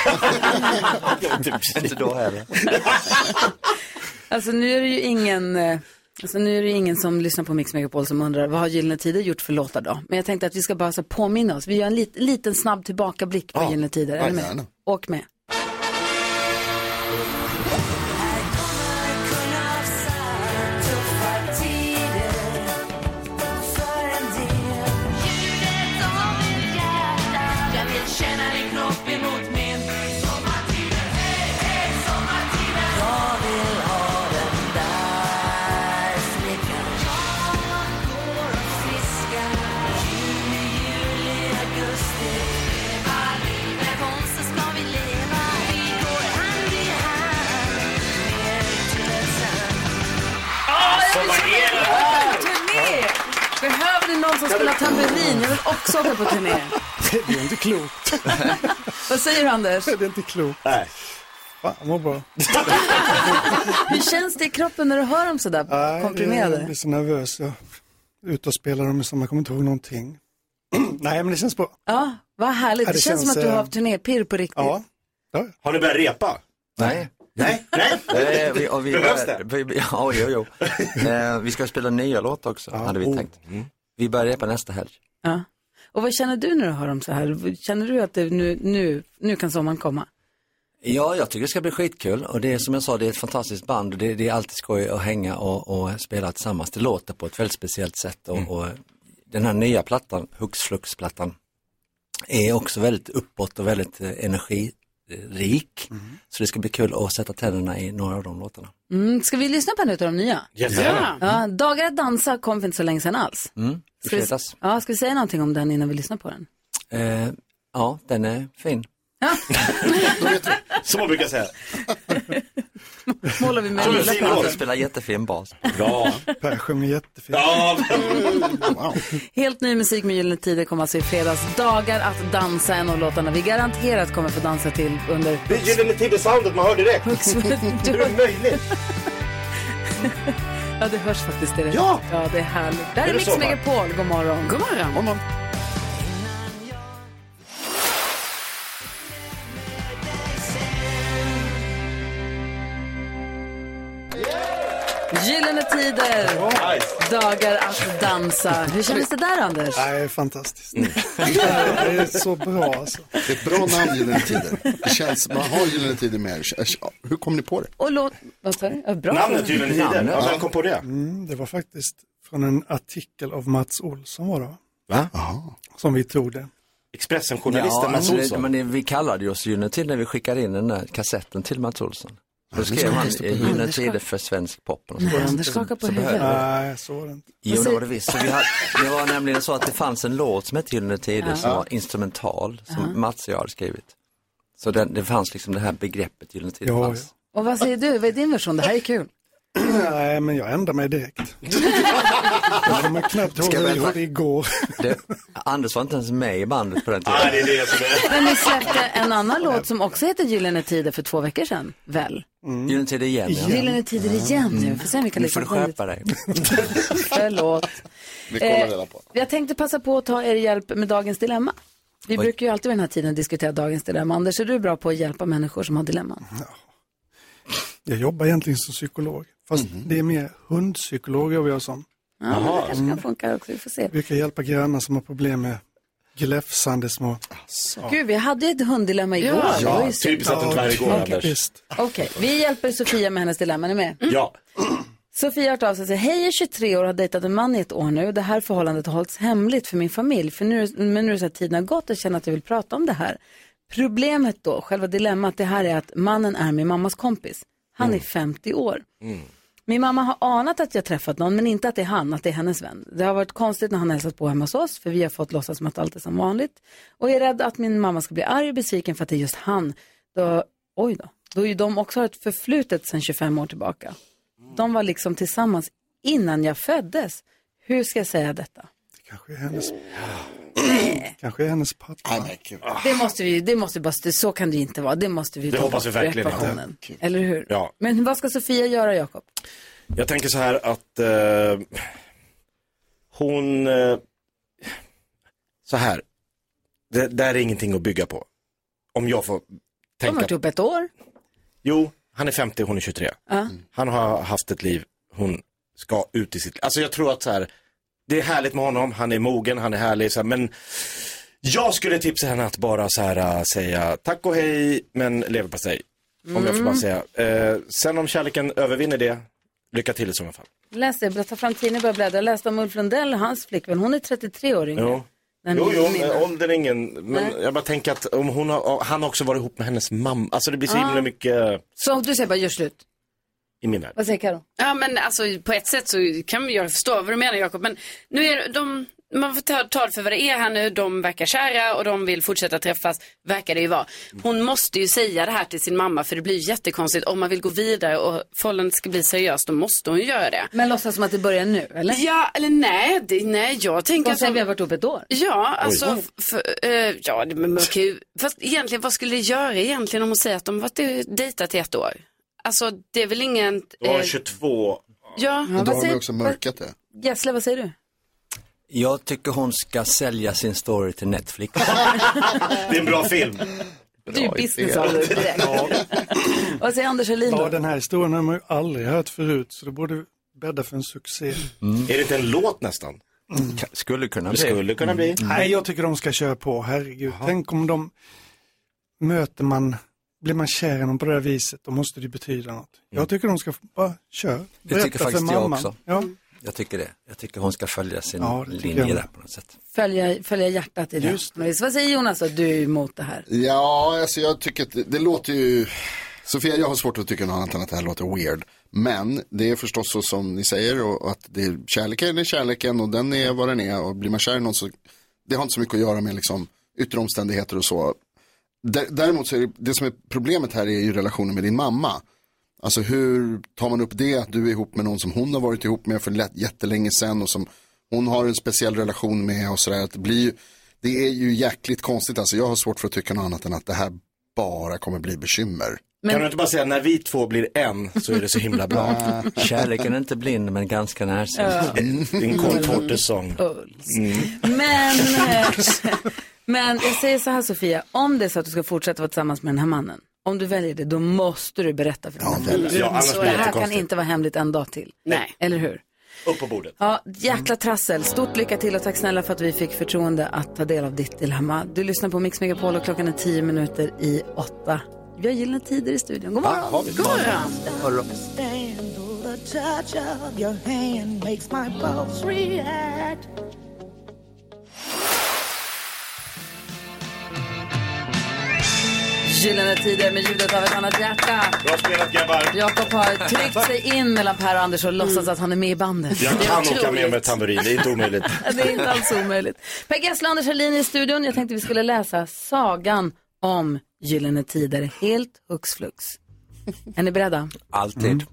[SPEAKER 4] typ
[SPEAKER 16] inte då heller.
[SPEAKER 1] Alltså nu är det ju ingen, eh, alltså, nu är det ju ingen som lyssnar på Mix Megapol som undrar vad har Gyllene Tider gjort för låtar då? Men jag tänkte att vi ska bara så påminna oss. Vi gör en lit, liten snabb tillbakablick på Gyllene Tider. Är
[SPEAKER 5] ja,
[SPEAKER 1] du med?
[SPEAKER 5] gärna.
[SPEAKER 1] Åk med. Turné! Behöver ni någon som spelar tamburin? Jag vill också åka på turné.
[SPEAKER 17] Det är inte klokt.
[SPEAKER 1] Vad säger du Anders?
[SPEAKER 17] Det är inte klokt.
[SPEAKER 4] Nej.
[SPEAKER 17] Fan vad bra.
[SPEAKER 1] Hur känns det i kroppen när du hör dem sådär
[SPEAKER 17] Jag
[SPEAKER 1] komprimerade?
[SPEAKER 17] blir så nervös. Jag är ute och spelar dem, så man kommer inte ihåg någonting. Nej, men det känns bra.
[SPEAKER 1] Ja, vad härligt.
[SPEAKER 17] Ja,
[SPEAKER 1] Det,
[SPEAKER 17] det
[SPEAKER 1] känns som
[SPEAKER 17] känns,
[SPEAKER 1] att du har
[SPEAKER 17] eh,
[SPEAKER 1] haft turnépirr på riktigt.
[SPEAKER 17] Ja.
[SPEAKER 4] Har ni börjat repa?
[SPEAKER 16] Nej.
[SPEAKER 4] Nej, nej.
[SPEAKER 16] Eh, vi, och vi,
[SPEAKER 4] Behövs det?
[SPEAKER 16] Vi, vi- ja, jo, jo. Eh, vi ska spela nya låtar också, hade
[SPEAKER 4] Oh.
[SPEAKER 16] vi tänkt.
[SPEAKER 4] Mm.
[SPEAKER 16] Vi börjar på nästa helg.
[SPEAKER 1] Ja. Och vad känner du när du hör dem så här? Känner du att det nu, nu, nu kan sommaren komma?
[SPEAKER 16] Ja, jag tycker det ska bli skitkul och det är som jag sa, det är ett fantastiskt band och det, det är alltid skoj att hänga och, och spela tillsammans. Det låter på ett väldigt speciellt sätt och, och den här nya plattan, Hux Flux-plattan, är också väldigt uppåt och väldigt eh, energirik. Så det ska bli kul att sätta tänderna i några av de låtarna.
[SPEAKER 1] Mm, ska vi lyssna på en utav de nya?
[SPEAKER 16] Jättegärna.
[SPEAKER 1] Ja, Dagar att dansa kom för inte så länge sedan alls.
[SPEAKER 16] Mm. I
[SPEAKER 1] Ska vi,
[SPEAKER 16] fredags.
[SPEAKER 1] ja, ska vi säga någonting om den innan vi lyssnar på den?
[SPEAKER 16] Eh, ja, den är fin.
[SPEAKER 4] Som man brukar säga.
[SPEAKER 1] Målar vi med
[SPEAKER 16] Han
[SPEAKER 1] en lilla pensel.
[SPEAKER 16] spelar jättefin bas.
[SPEAKER 4] Bra.
[SPEAKER 17] Per sjunger jättefint.
[SPEAKER 4] Ja.
[SPEAKER 1] Helt ny musik med Gyllene Tider kom alltså i fredags. Dagar att dansa, en av låtarna vi garanterat kommer få dansa till under...
[SPEAKER 4] Det är Gyllene Tider-soundet man hör direkt.
[SPEAKER 1] Hur
[SPEAKER 4] är det möjligt?
[SPEAKER 1] Ja, det hörs faktiskt direkt.
[SPEAKER 4] Ja!
[SPEAKER 1] Ja, det är härligt. Det här
[SPEAKER 5] Är
[SPEAKER 1] är
[SPEAKER 5] det
[SPEAKER 1] Mix
[SPEAKER 5] sommar?
[SPEAKER 1] Megapol. God morgon. God morgon. God morgon. Gyllene Tider, Dagar att dansa. Hur kändes det där, Anders?
[SPEAKER 17] Nej, fantastiskt. Det är så bra alltså.
[SPEAKER 6] Det är ett bra namn Gyllene Tider. Det känns, man har Gyllene Tider med. er. Hur kom ni på det?
[SPEAKER 1] Och låt... Vad sa du? Ja, Bra.
[SPEAKER 4] på det?
[SPEAKER 17] Mm, det var faktiskt från en artikel av Mats Olsson var det va?
[SPEAKER 4] Va?
[SPEAKER 17] Som vi tog det.
[SPEAKER 4] Expressen-journalisten Mats
[SPEAKER 16] alltså, det-
[SPEAKER 4] Olsson.
[SPEAKER 16] men det, vi kallade ju oss Gyllene Tider när vi skickade in den där kassetten till Mats Olsson. Då
[SPEAKER 17] men så
[SPEAKER 16] skrev han
[SPEAKER 17] finns det på
[SPEAKER 16] eh,
[SPEAKER 17] huvudet.
[SPEAKER 16] Gyllene Tider för svensk pop. och så.
[SPEAKER 17] Nej,
[SPEAKER 16] Så-
[SPEAKER 17] Anders skakar på
[SPEAKER 16] så
[SPEAKER 17] huvudet.
[SPEAKER 16] behöver vi-
[SPEAKER 17] Nej, så var det inte.
[SPEAKER 16] Jo, det var det visst. Så Vi hade, det var nämligen så att det fanns en låt som hette Gyllene Tider
[SPEAKER 17] Ja.
[SPEAKER 16] som var instrumental, som
[SPEAKER 1] Ja.
[SPEAKER 16] Mats och jag hade skrivit. Så den, det fanns liksom det här begreppet Gyllene Tider
[SPEAKER 17] Ja,
[SPEAKER 16] fanns.
[SPEAKER 1] Och vad säger du? Vad är din version? Det här är kul.
[SPEAKER 17] Nej, men jag ändrar mig direkt. Jag kommer knappt ihåg
[SPEAKER 16] Ska
[SPEAKER 17] hur
[SPEAKER 16] jag
[SPEAKER 17] jag gjorde
[SPEAKER 16] vänta?
[SPEAKER 17] igår.
[SPEAKER 16] Det, Anders var inte ens med i bandet på den tiden.
[SPEAKER 4] Nej, det är det som är.
[SPEAKER 1] Men ni släppte en annan låt som också heter Gyllene Tider för två veckor sedan, väl?
[SPEAKER 16] Mm. Gyllene Tider igen. ja. Mm.
[SPEAKER 1] Gyllene Tider igen Liksom nu. Vi får se om vi kan
[SPEAKER 16] Nu får du
[SPEAKER 1] lyssna på den lite.
[SPEAKER 16] skärpa dig.
[SPEAKER 1] Förlåt.
[SPEAKER 16] Vi kollar
[SPEAKER 1] Eh,
[SPEAKER 16] reda på.
[SPEAKER 1] Jag tänkte passa på att ta er hjälp med dagens dilemma. Vi
[SPEAKER 17] Oj.
[SPEAKER 1] brukar ju alltid vid den här tiden diskutera dagens dilemma. Anders, är du bra på att hjälpa människor som har dilemman?
[SPEAKER 17] Jag jobbar egentligen som psykolog. Fast
[SPEAKER 16] Mhm.
[SPEAKER 17] det är mer hundpsykolog jobbar jag som.
[SPEAKER 1] Ja, men det kanske kan funka också. Vi får se.
[SPEAKER 17] Vi kan hjälpa grannar som har problem med gläfsande små...
[SPEAKER 1] Gud, vi hade ju ett hunddilemma igår.
[SPEAKER 17] Ja,
[SPEAKER 1] Det var ju synd.
[SPEAKER 17] typiskt att den tyvärr går,
[SPEAKER 1] Okej.
[SPEAKER 17] Anders. Visst.
[SPEAKER 1] Okej, vi hjälper Sofia med hennes dilemma. Är ni med?
[SPEAKER 4] Ja.
[SPEAKER 1] Sofia har hört av sig och säger, hej jag är 23 år och har dejtat en man i ett år nu. Det här förhållandet har hållits hemligt för min familj. För nu, men nu är det så att tiden har gått och jag känner att jag vill prata om det här. Problemet då, själva dilemmat, det här är att mannen är min mammas kompis. Han är 50 år.
[SPEAKER 17] Mm.
[SPEAKER 1] Min mamma har anat att jag träffat någon men inte att det är han, att det är hennes vän. Det har varit konstigt när han hälsat på hemma hos oss för vi har fått låtsas som att allt är som vanligt. Och jag är rädd att min mamma ska bli arg och besviken för att det är just han. Då, oj då, då är ju de också har ett förflutet sedan 25 år tillbaka. De var liksom tillsammans innan jag föddes. Hur ska jag säga detta?
[SPEAKER 17] Kanske är hennes... Kanske är hennes pappa.
[SPEAKER 1] Det måste vi, det måste vi bara, st- så kan det ju inte vara. Det måste vi
[SPEAKER 4] Det
[SPEAKER 1] ta
[SPEAKER 4] hoppas
[SPEAKER 1] bort
[SPEAKER 4] vi verkligen inte.
[SPEAKER 1] reparationen. Eller hur?
[SPEAKER 4] Ja.
[SPEAKER 1] Men vad ska Sofia göra, Jakob?
[SPEAKER 4] Jag tänker så här att eh, hon, eh, så här, det där är ingenting att bygga på. Om jag får
[SPEAKER 1] De har
[SPEAKER 4] tänka.
[SPEAKER 1] varit ihop ett år.
[SPEAKER 4] Jo, han är 50, hon är 23.
[SPEAKER 1] Ja.
[SPEAKER 4] Han har haft ett liv, hon ska ut i sitt liv. Alltså jag tror att så här, det är härligt med honom, han är mogen, han är härlig, så här, men jag skulle tipsa henne att bara så här, äh, säga tack och hej, men leverpastej. Om jag får bara
[SPEAKER 1] Mm.
[SPEAKER 4] säga. Eh, sen om kärleken övervinner det, lycka till i så fall.
[SPEAKER 1] Läs det, bla- ta fram tidningen och börja bläddra. Jag läste om Ulf Lundell och hans flickvän. Hon är 33 år yngre.
[SPEAKER 4] Jo,
[SPEAKER 1] Den
[SPEAKER 4] jo, jo
[SPEAKER 1] min-
[SPEAKER 4] men ålder är ingen, men
[SPEAKER 1] Nej.
[SPEAKER 4] jag bara tänker att om hon har, han har också varit ihop med hennes mamma, alltså det blir så
[SPEAKER 1] Ah.
[SPEAKER 4] himla mycket
[SPEAKER 1] Så du säger bara gör slut.
[SPEAKER 4] i min värld.
[SPEAKER 1] Vad säger Karo?
[SPEAKER 7] Ja, men alltså på ett sätt så kan jag förstå vad du menar Jakob, men nu är de, man får ta, ta det för vad det är här nu, de verkar kära och de vill fortsätta träffas, verkar det ju vara. Hon måste ju säga det här till sin mamma för det blir ju jättekonstigt om man vill gå vidare och förhållandet ska bli seriöst, då måste hon ju göra det.
[SPEAKER 1] Men låtsas som att det börjar nu, eller?
[SPEAKER 7] Ja, eller nej, det, nej jag tänker
[SPEAKER 1] Hon säger vi har varit ihop ett år.
[SPEAKER 7] Ja, alltså,
[SPEAKER 1] Oj.
[SPEAKER 7] f- f- eh, ja, det- men man kan ju, fast egentligen, vad skulle det göra egentligen om hon säger att de varit eh, dejtat i ett år? Alltså, det är väl ingen...
[SPEAKER 4] Då var
[SPEAKER 7] eh,
[SPEAKER 4] han 22.
[SPEAKER 7] Ja,
[SPEAKER 6] Men då har de också mörkat det.
[SPEAKER 1] Gessle, vad säger du?
[SPEAKER 16] Jag tycker hon ska sälja sin story till Netflix.
[SPEAKER 4] Det är en bra film.
[SPEAKER 1] Du är business av det direkt. Vad säger Anders Helin
[SPEAKER 17] Ja,
[SPEAKER 1] då?
[SPEAKER 17] den här historien har man ju aldrig hört förut, så det borde bädda för en succé.
[SPEAKER 4] Mm. Är det inte en låt nästan?
[SPEAKER 16] Mm. Skulle kunna
[SPEAKER 4] Det skulle kunna bli.
[SPEAKER 16] Mm.
[SPEAKER 17] Nej, jag tycker de ska köra på, herregud. Tänk om de möter man, blir man kär i någon på det här viset, då måste det betyda något. Jag tycker de ska få- bara köra.
[SPEAKER 16] Det tycker faktiskt jag också.
[SPEAKER 17] Ja.
[SPEAKER 16] Jag tycker det. Jag tycker hon ska följa sin
[SPEAKER 17] Ja, det tycker jag
[SPEAKER 16] linje
[SPEAKER 17] med.
[SPEAKER 16] där på något sätt.
[SPEAKER 1] Följa, följa hjärtat i det.
[SPEAKER 6] Just
[SPEAKER 1] Vad säger Jonas då? Du är ju emot det här.
[SPEAKER 6] Ja, alltså jag tycker att det, det låter ju... Sofia, jag har svårt att tycka något annat än att det här låter weird. Men det är förstås så som ni säger och och att det är, kärleken är kärleken och den är vad den är. Och blir man kär i någon så, det har inte så mycket att göra med liksom yttre omständigheter och så. Dä- Däremot så är det, det som är problemet här är ju relationen med din mamma. Alltså hur tar man upp det att du är ihop med någon som hon har varit ihop med för lätt, jättelänge sedan och som hon har en speciell relation med och sådär. Att Det, blir ju- det är ju jäkligt konstigt alltså. Jag har svårt för att tycka något annat än att det här bara kommer bli bekymmer.
[SPEAKER 4] Kan du inte bara säga när vi två blir en så är det så himla bra.
[SPEAKER 16] Kärleken är inte blind men ganska
[SPEAKER 1] Ja.
[SPEAKER 16] närsynt.
[SPEAKER 4] Din Cole Porter-sång. Mm.
[SPEAKER 1] Men, eh, men jag säger så här Sofia, om det är så att du ska fortsätta vara tillsammans med den här mannen, om du väljer det, då måste du berätta för dina föräldrar.
[SPEAKER 4] Ja, annars
[SPEAKER 1] så
[SPEAKER 4] blir det
[SPEAKER 1] det här kan
[SPEAKER 4] jättekonstigt.
[SPEAKER 1] inte vara hemligt en dag till. Nej. Eller hur?
[SPEAKER 4] Upp på bordet.
[SPEAKER 1] Ja, jäkla trassel. Stort lycka till och tack snälla för att vi fick förtroende att ta del av ditt dilemma. Du lyssnar på Mix Megapol och klockan är tio minuter i åtta. Vi har Gyllene Tider i studion. God morgon!
[SPEAKER 5] har vi.
[SPEAKER 1] God morgon!
[SPEAKER 5] Stand the touch of your hand makes my pulse react.
[SPEAKER 1] Gyllene Tider med ljudet av ett annat hjärta.
[SPEAKER 4] Bra spelat grabbar.
[SPEAKER 1] Jakob har tryckt sig in mellan Per och Anders och låtsas att han är med i bandet.
[SPEAKER 4] Jag
[SPEAKER 1] Det är
[SPEAKER 4] kan åka
[SPEAKER 1] otroligt.
[SPEAKER 4] med med tamburin, det är inte omöjligt.
[SPEAKER 1] Det är inte alls omöjligt. Per Gessle och Anders Helin i studion. Jag tänkte vi skulle läsa sagan om Gyllene Tider helt hux flux. Är ni beredda?
[SPEAKER 16] Alltid.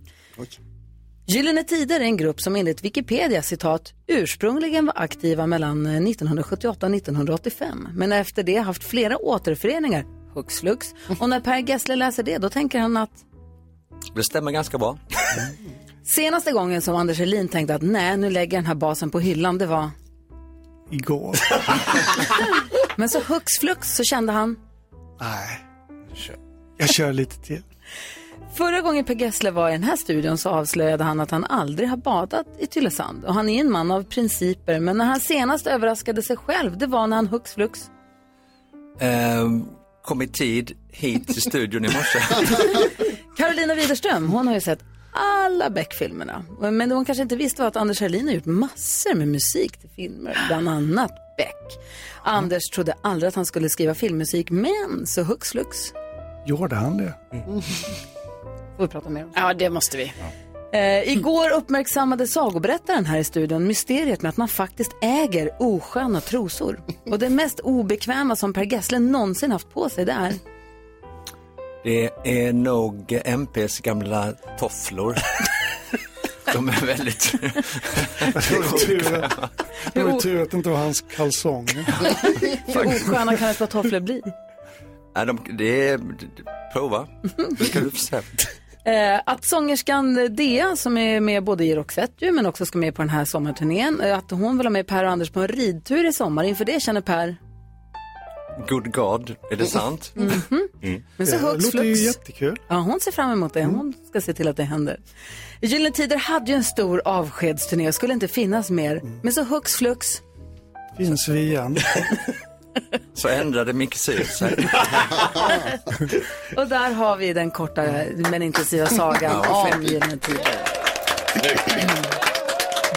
[SPEAKER 1] Gyllene Tider är en grupp som enligt Wikipedia citat ursprungligen var aktiva mellan eh, 1978 och 1985 men efter det haft flera återföreningar hux flux och när Per Gessle läser det då tänker han att
[SPEAKER 16] Det stämmer ganska bra.
[SPEAKER 1] senaste gången som Anders Helin tänkte att nej nu lägger jag den här basen på hyllan det var
[SPEAKER 17] Igår.
[SPEAKER 1] men så hux flux så kände han
[SPEAKER 17] Nej. Jag kör lite till.
[SPEAKER 1] Förra gången Per Gessle var i den här studion så avslöjade han att han aldrig har badat i Tylösand. Och han är en man av principer. Men när han senast överraskade sig själv, det var när han hux flux.
[SPEAKER 16] Ehm, kom i tid hit till studion i morse.
[SPEAKER 1] Carolina Widerström, hon har ju sett alla Beck-filmerna. Men det hon kanske inte visste var att Anders Herlin har gjort massor med musik till filmer, bland annat Beck. Anders trodde aldrig att han skulle skriva filmmusik, men så hux flux.
[SPEAKER 17] Gjorde han det?
[SPEAKER 1] Får vi prata mer om.
[SPEAKER 7] Ja, det måste vi.
[SPEAKER 1] Eh, igår uppmärksammade sagoberättaren här i studion mysteriet med att man faktiskt äger osköna trosor. Och det mest obekväma som Per Gessle någonsin haft på sig, det är...
[SPEAKER 16] Det är nog MPs gamla tofflor. De är väldigt...
[SPEAKER 17] Det var tur att- det var ju tur att det inte var hans kalsonger.
[SPEAKER 1] Hur osköna kan ett par tofflor bli?
[SPEAKER 16] Nej, de, det är... Prova. Det ska du få se.
[SPEAKER 1] Eh, att sångerskan Dea som är med både i Roxette ju, men också ska med på den här sommarturnén, eh, att hon vill ha med Per och Anders på en ridtur i sommar. Inför det känner Per,
[SPEAKER 16] Good God, är det sant?
[SPEAKER 1] Mhm.
[SPEAKER 16] Mm.
[SPEAKER 1] Men så
[SPEAKER 17] det
[SPEAKER 1] hux
[SPEAKER 17] låter ju
[SPEAKER 1] flux.
[SPEAKER 17] jättekul.
[SPEAKER 1] ja hon ser fram emot det,
[SPEAKER 17] Mm.
[SPEAKER 1] hon ska se till att det händer. Gyllene Tider hade ju en stor avskedsturné och skulle inte finnas mer. Men så hux flux,
[SPEAKER 17] Mm. Finns vi igen.
[SPEAKER 16] Så ändrade Micke Siv sig.
[SPEAKER 1] och där har vi den korta
[SPEAKER 17] Mm.
[SPEAKER 1] men intensiva sagan
[SPEAKER 16] Ja.
[SPEAKER 1] om Gyllene Tider.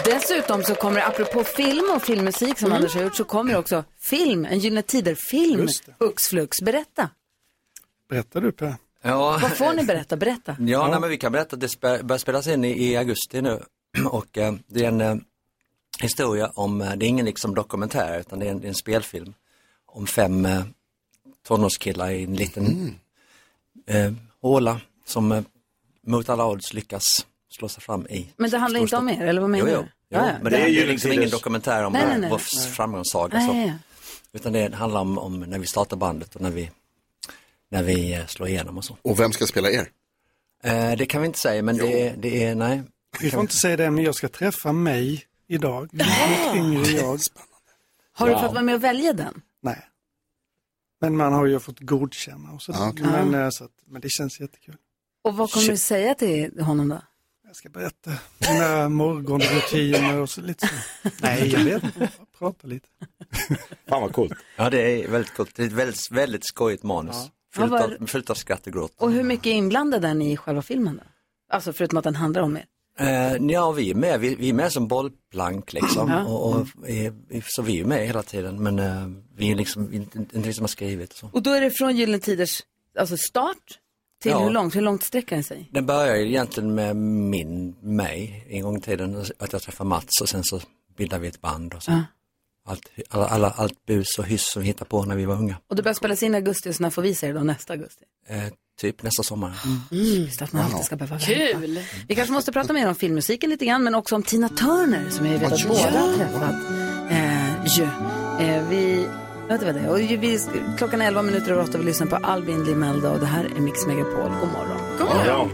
[SPEAKER 1] Dessutom så kommer det, apropå film och filmmusik
[SPEAKER 17] Mm.
[SPEAKER 1] som Anders har gjort, så kommer det också film, en Gyllene Tider-film,
[SPEAKER 17] Just
[SPEAKER 1] hux flux. Berätta,
[SPEAKER 17] Berättar du Per?
[SPEAKER 16] Ja.
[SPEAKER 1] vad får ni berätta? Berätta.
[SPEAKER 16] Ja, Nej, men vi kan berätta att det spe- börjar spelas in i, i augusti nu och eh, det är en eh, historia om, eh, det är ingen liksom dokumentär utan det är en, det är en spelfilm om fem eh, tonårskillar i en liten eh, håla som eh, mot alla odds lyckas slå sig fram i.
[SPEAKER 1] Men det handlar inte om er, eller vad menar
[SPEAKER 16] Jo,
[SPEAKER 1] du?
[SPEAKER 16] jo, jo. Men det är ju liksom ingen dokumentär om
[SPEAKER 1] Nej, nej,
[SPEAKER 16] nej,
[SPEAKER 1] nej.
[SPEAKER 16] vår f- framgångssaga.
[SPEAKER 1] Nej,
[SPEAKER 16] så.
[SPEAKER 1] nej, nej.
[SPEAKER 16] Utan det handlar om, om när vi startar bandet och när vi, när vi eh, slår igenom och så.
[SPEAKER 6] Och vem ska spela er?
[SPEAKER 16] Eh, det kan vi inte säga, men det är, det är, nej.
[SPEAKER 17] Vi får inte säga det, men jag ska träffa mig idag. Mitt yngre jag.
[SPEAKER 1] Har du fått vara med och välja den?
[SPEAKER 17] Nej. Men man har ju fått godkänna och sådär.
[SPEAKER 1] Ja, okej.
[SPEAKER 17] men,
[SPEAKER 1] Ja.
[SPEAKER 17] eh, så att, men det känns jättekul.
[SPEAKER 1] Och vad kommer
[SPEAKER 17] Shit.
[SPEAKER 1] du säga till honom då?
[SPEAKER 17] Jag ska berätta mina morgonrutiner och så lite så. Nej, jag vet inte. Bara Prata lite.
[SPEAKER 16] Fan vad coolt. Ja, det är väldigt coolt. Det är ett väldigt, väldigt skojigt manus.
[SPEAKER 1] Vad
[SPEAKER 16] Fyllt,
[SPEAKER 1] var-
[SPEAKER 16] av, fyllt av skratt och gråt.
[SPEAKER 1] Och hur mycket är inblandad är ni i själva filmen då? Alltså förutom att den handlar om er.
[SPEAKER 16] Eh, ja, vi är med. Vi, vi är med som bollplank liksom.
[SPEAKER 1] Ja.
[SPEAKER 16] Och, och, är, så vi är med hela tiden, men eh, vi är liksom inte, inte vi som har skrivit och så.
[SPEAKER 1] Och då är det från Gyllene Tiders alltså start till
[SPEAKER 16] Ja.
[SPEAKER 1] hur långt, hur långt sträcker den sig?
[SPEAKER 16] Den börjar ju egentligen med min, mig, en gång i tiden, att jag träffar Mats och sen så bildar vi ett band och så.
[SPEAKER 1] Ja.
[SPEAKER 16] Allt, alla, alla, allt bus och hyss som vi hittade på när vi var unga.
[SPEAKER 1] Och det börjar spelas in i augusti och så när får vi se det då nästa augusti?
[SPEAKER 16] Eh, typ nästa sommar. Mm.
[SPEAKER 1] Just Mm. att man alltid ska behöva vänta. Vi kanske måste prata mer om filmmusiken lite grann men också om Tina Turner som jag vet att
[SPEAKER 12] Ja.
[SPEAKER 1] båda har träffat. Eh, ju. Eh, vi, ja, det var det. Och ju- vi, klockan är 11 minuter över 8 vi lyssnar på Albin Limelda och det här är Mix Megapol. God morgon.
[SPEAKER 5] God morgon.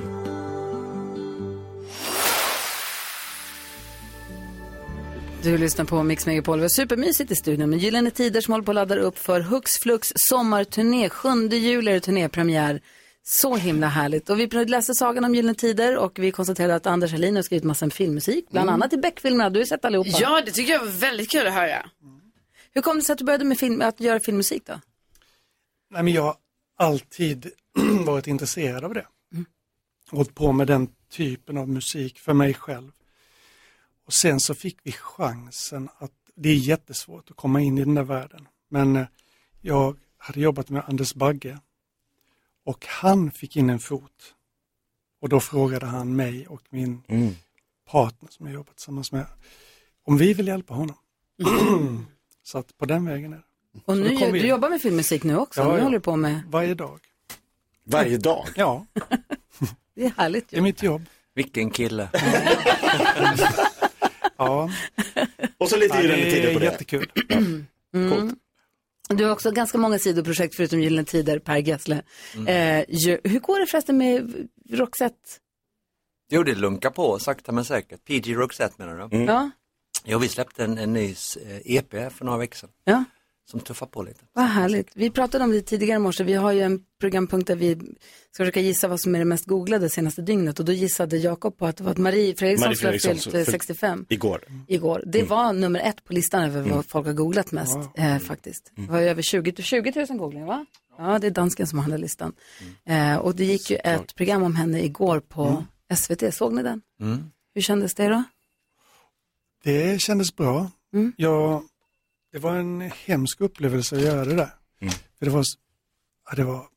[SPEAKER 1] Du lyssnar på Mix Megapol. Vi har supermysigt i studion med Gyllene Tider som håller på att ladda upp för Hux Flux sommarturné. 7 juli är det turnépremiär. Så himla härligt. Och vi läste sagan om Gyllene Tider och vi konstaterade att Anders Helin har skrivit massa filmmusik, bland
[SPEAKER 7] Mm.
[SPEAKER 1] annat i Beck-filmerna. Du har ju sett allihopa.
[SPEAKER 7] Ja, det tycker jag var väldigt kul att höra.
[SPEAKER 1] Hur kom det sig att du började med film, att göra filmmusik då?
[SPEAKER 17] Nej, men jag har alltid varit intresserad av det.
[SPEAKER 1] Mm.
[SPEAKER 17] Hållit på med den typen av musik för mig själv. Och sen så fick vi chansen att, det är jättesvårt att komma in i den där världen, men eh, jag hade jobbat med Anders Bagge och han fick in en fot. Och då frågade han mig och min partner som jag jobbat tillsammans med om vi vill hjälpa honom. så att på den vägen är det.
[SPEAKER 1] Mm. Och
[SPEAKER 17] Så
[SPEAKER 1] nu,
[SPEAKER 17] då kom
[SPEAKER 1] gör-
[SPEAKER 17] vi
[SPEAKER 1] du
[SPEAKER 17] in.
[SPEAKER 1] jobbar med filmmusik nu också.
[SPEAKER 17] Ja,
[SPEAKER 1] nu
[SPEAKER 17] ja.
[SPEAKER 1] håller du på med...
[SPEAKER 17] Varje dag.
[SPEAKER 4] Varje dag?
[SPEAKER 17] Ja.
[SPEAKER 1] Det är härligt
[SPEAKER 17] Det är mitt jobb.
[SPEAKER 16] Vilken kille.
[SPEAKER 17] ja.
[SPEAKER 4] Och så lite
[SPEAKER 17] Ja, det
[SPEAKER 4] Gyllene Tider på
[SPEAKER 17] är
[SPEAKER 4] det.
[SPEAKER 17] jättekul.
[SPEAKER 1] Mm. Du har också ganska många sidoprojekt förutom Gyllene Tider, Per Gessle.
[SPEAKER 17] Mm.
[SPEAKER 1] Eh, ju- hur går det förresten med Roxette?
[SPEAKER 16] Jo, det lunkar på sakta men säkert. PG Roxette menar du?
[SPEAKER 17] Mm.
[SPEAKER 4] Mm.
[SPEAKER 1] Ja.
[SPEAKER 16] Jo, vi släppte en, en ny eh, EP för några veckor sedan.
[SPEAKER 1] Ja.
[SPEAKER 16] Som tuffar på lite.
[SPEAKER 1] Vad härligt. Vi pratade om det tidigare i morse. Vi har ju en programpunkt där vi ska försöka gissa vad som är det mest googlade senaste dygnet. Och då gissade Jakob på att det var att Marie Fredriksson skulle ha fyllt eh, 65
[SPEAKER 4] Igår.
[SPEAKER 1] igår. Det var nummer ett på listan över vad folk har googlat mest eh, faktiskt. Det var ju över 20, 20 000 googlingar va? Ja, det är dansken som handlar listan. Eh, och det gick ju ett program om henne igår på SVT. Såg ni den? Hur kändes det då?
[SPEAKER 17] Det kändes bra. Jag, det var en hemsk upplevelse att göra det där. För det var, s- ja, det var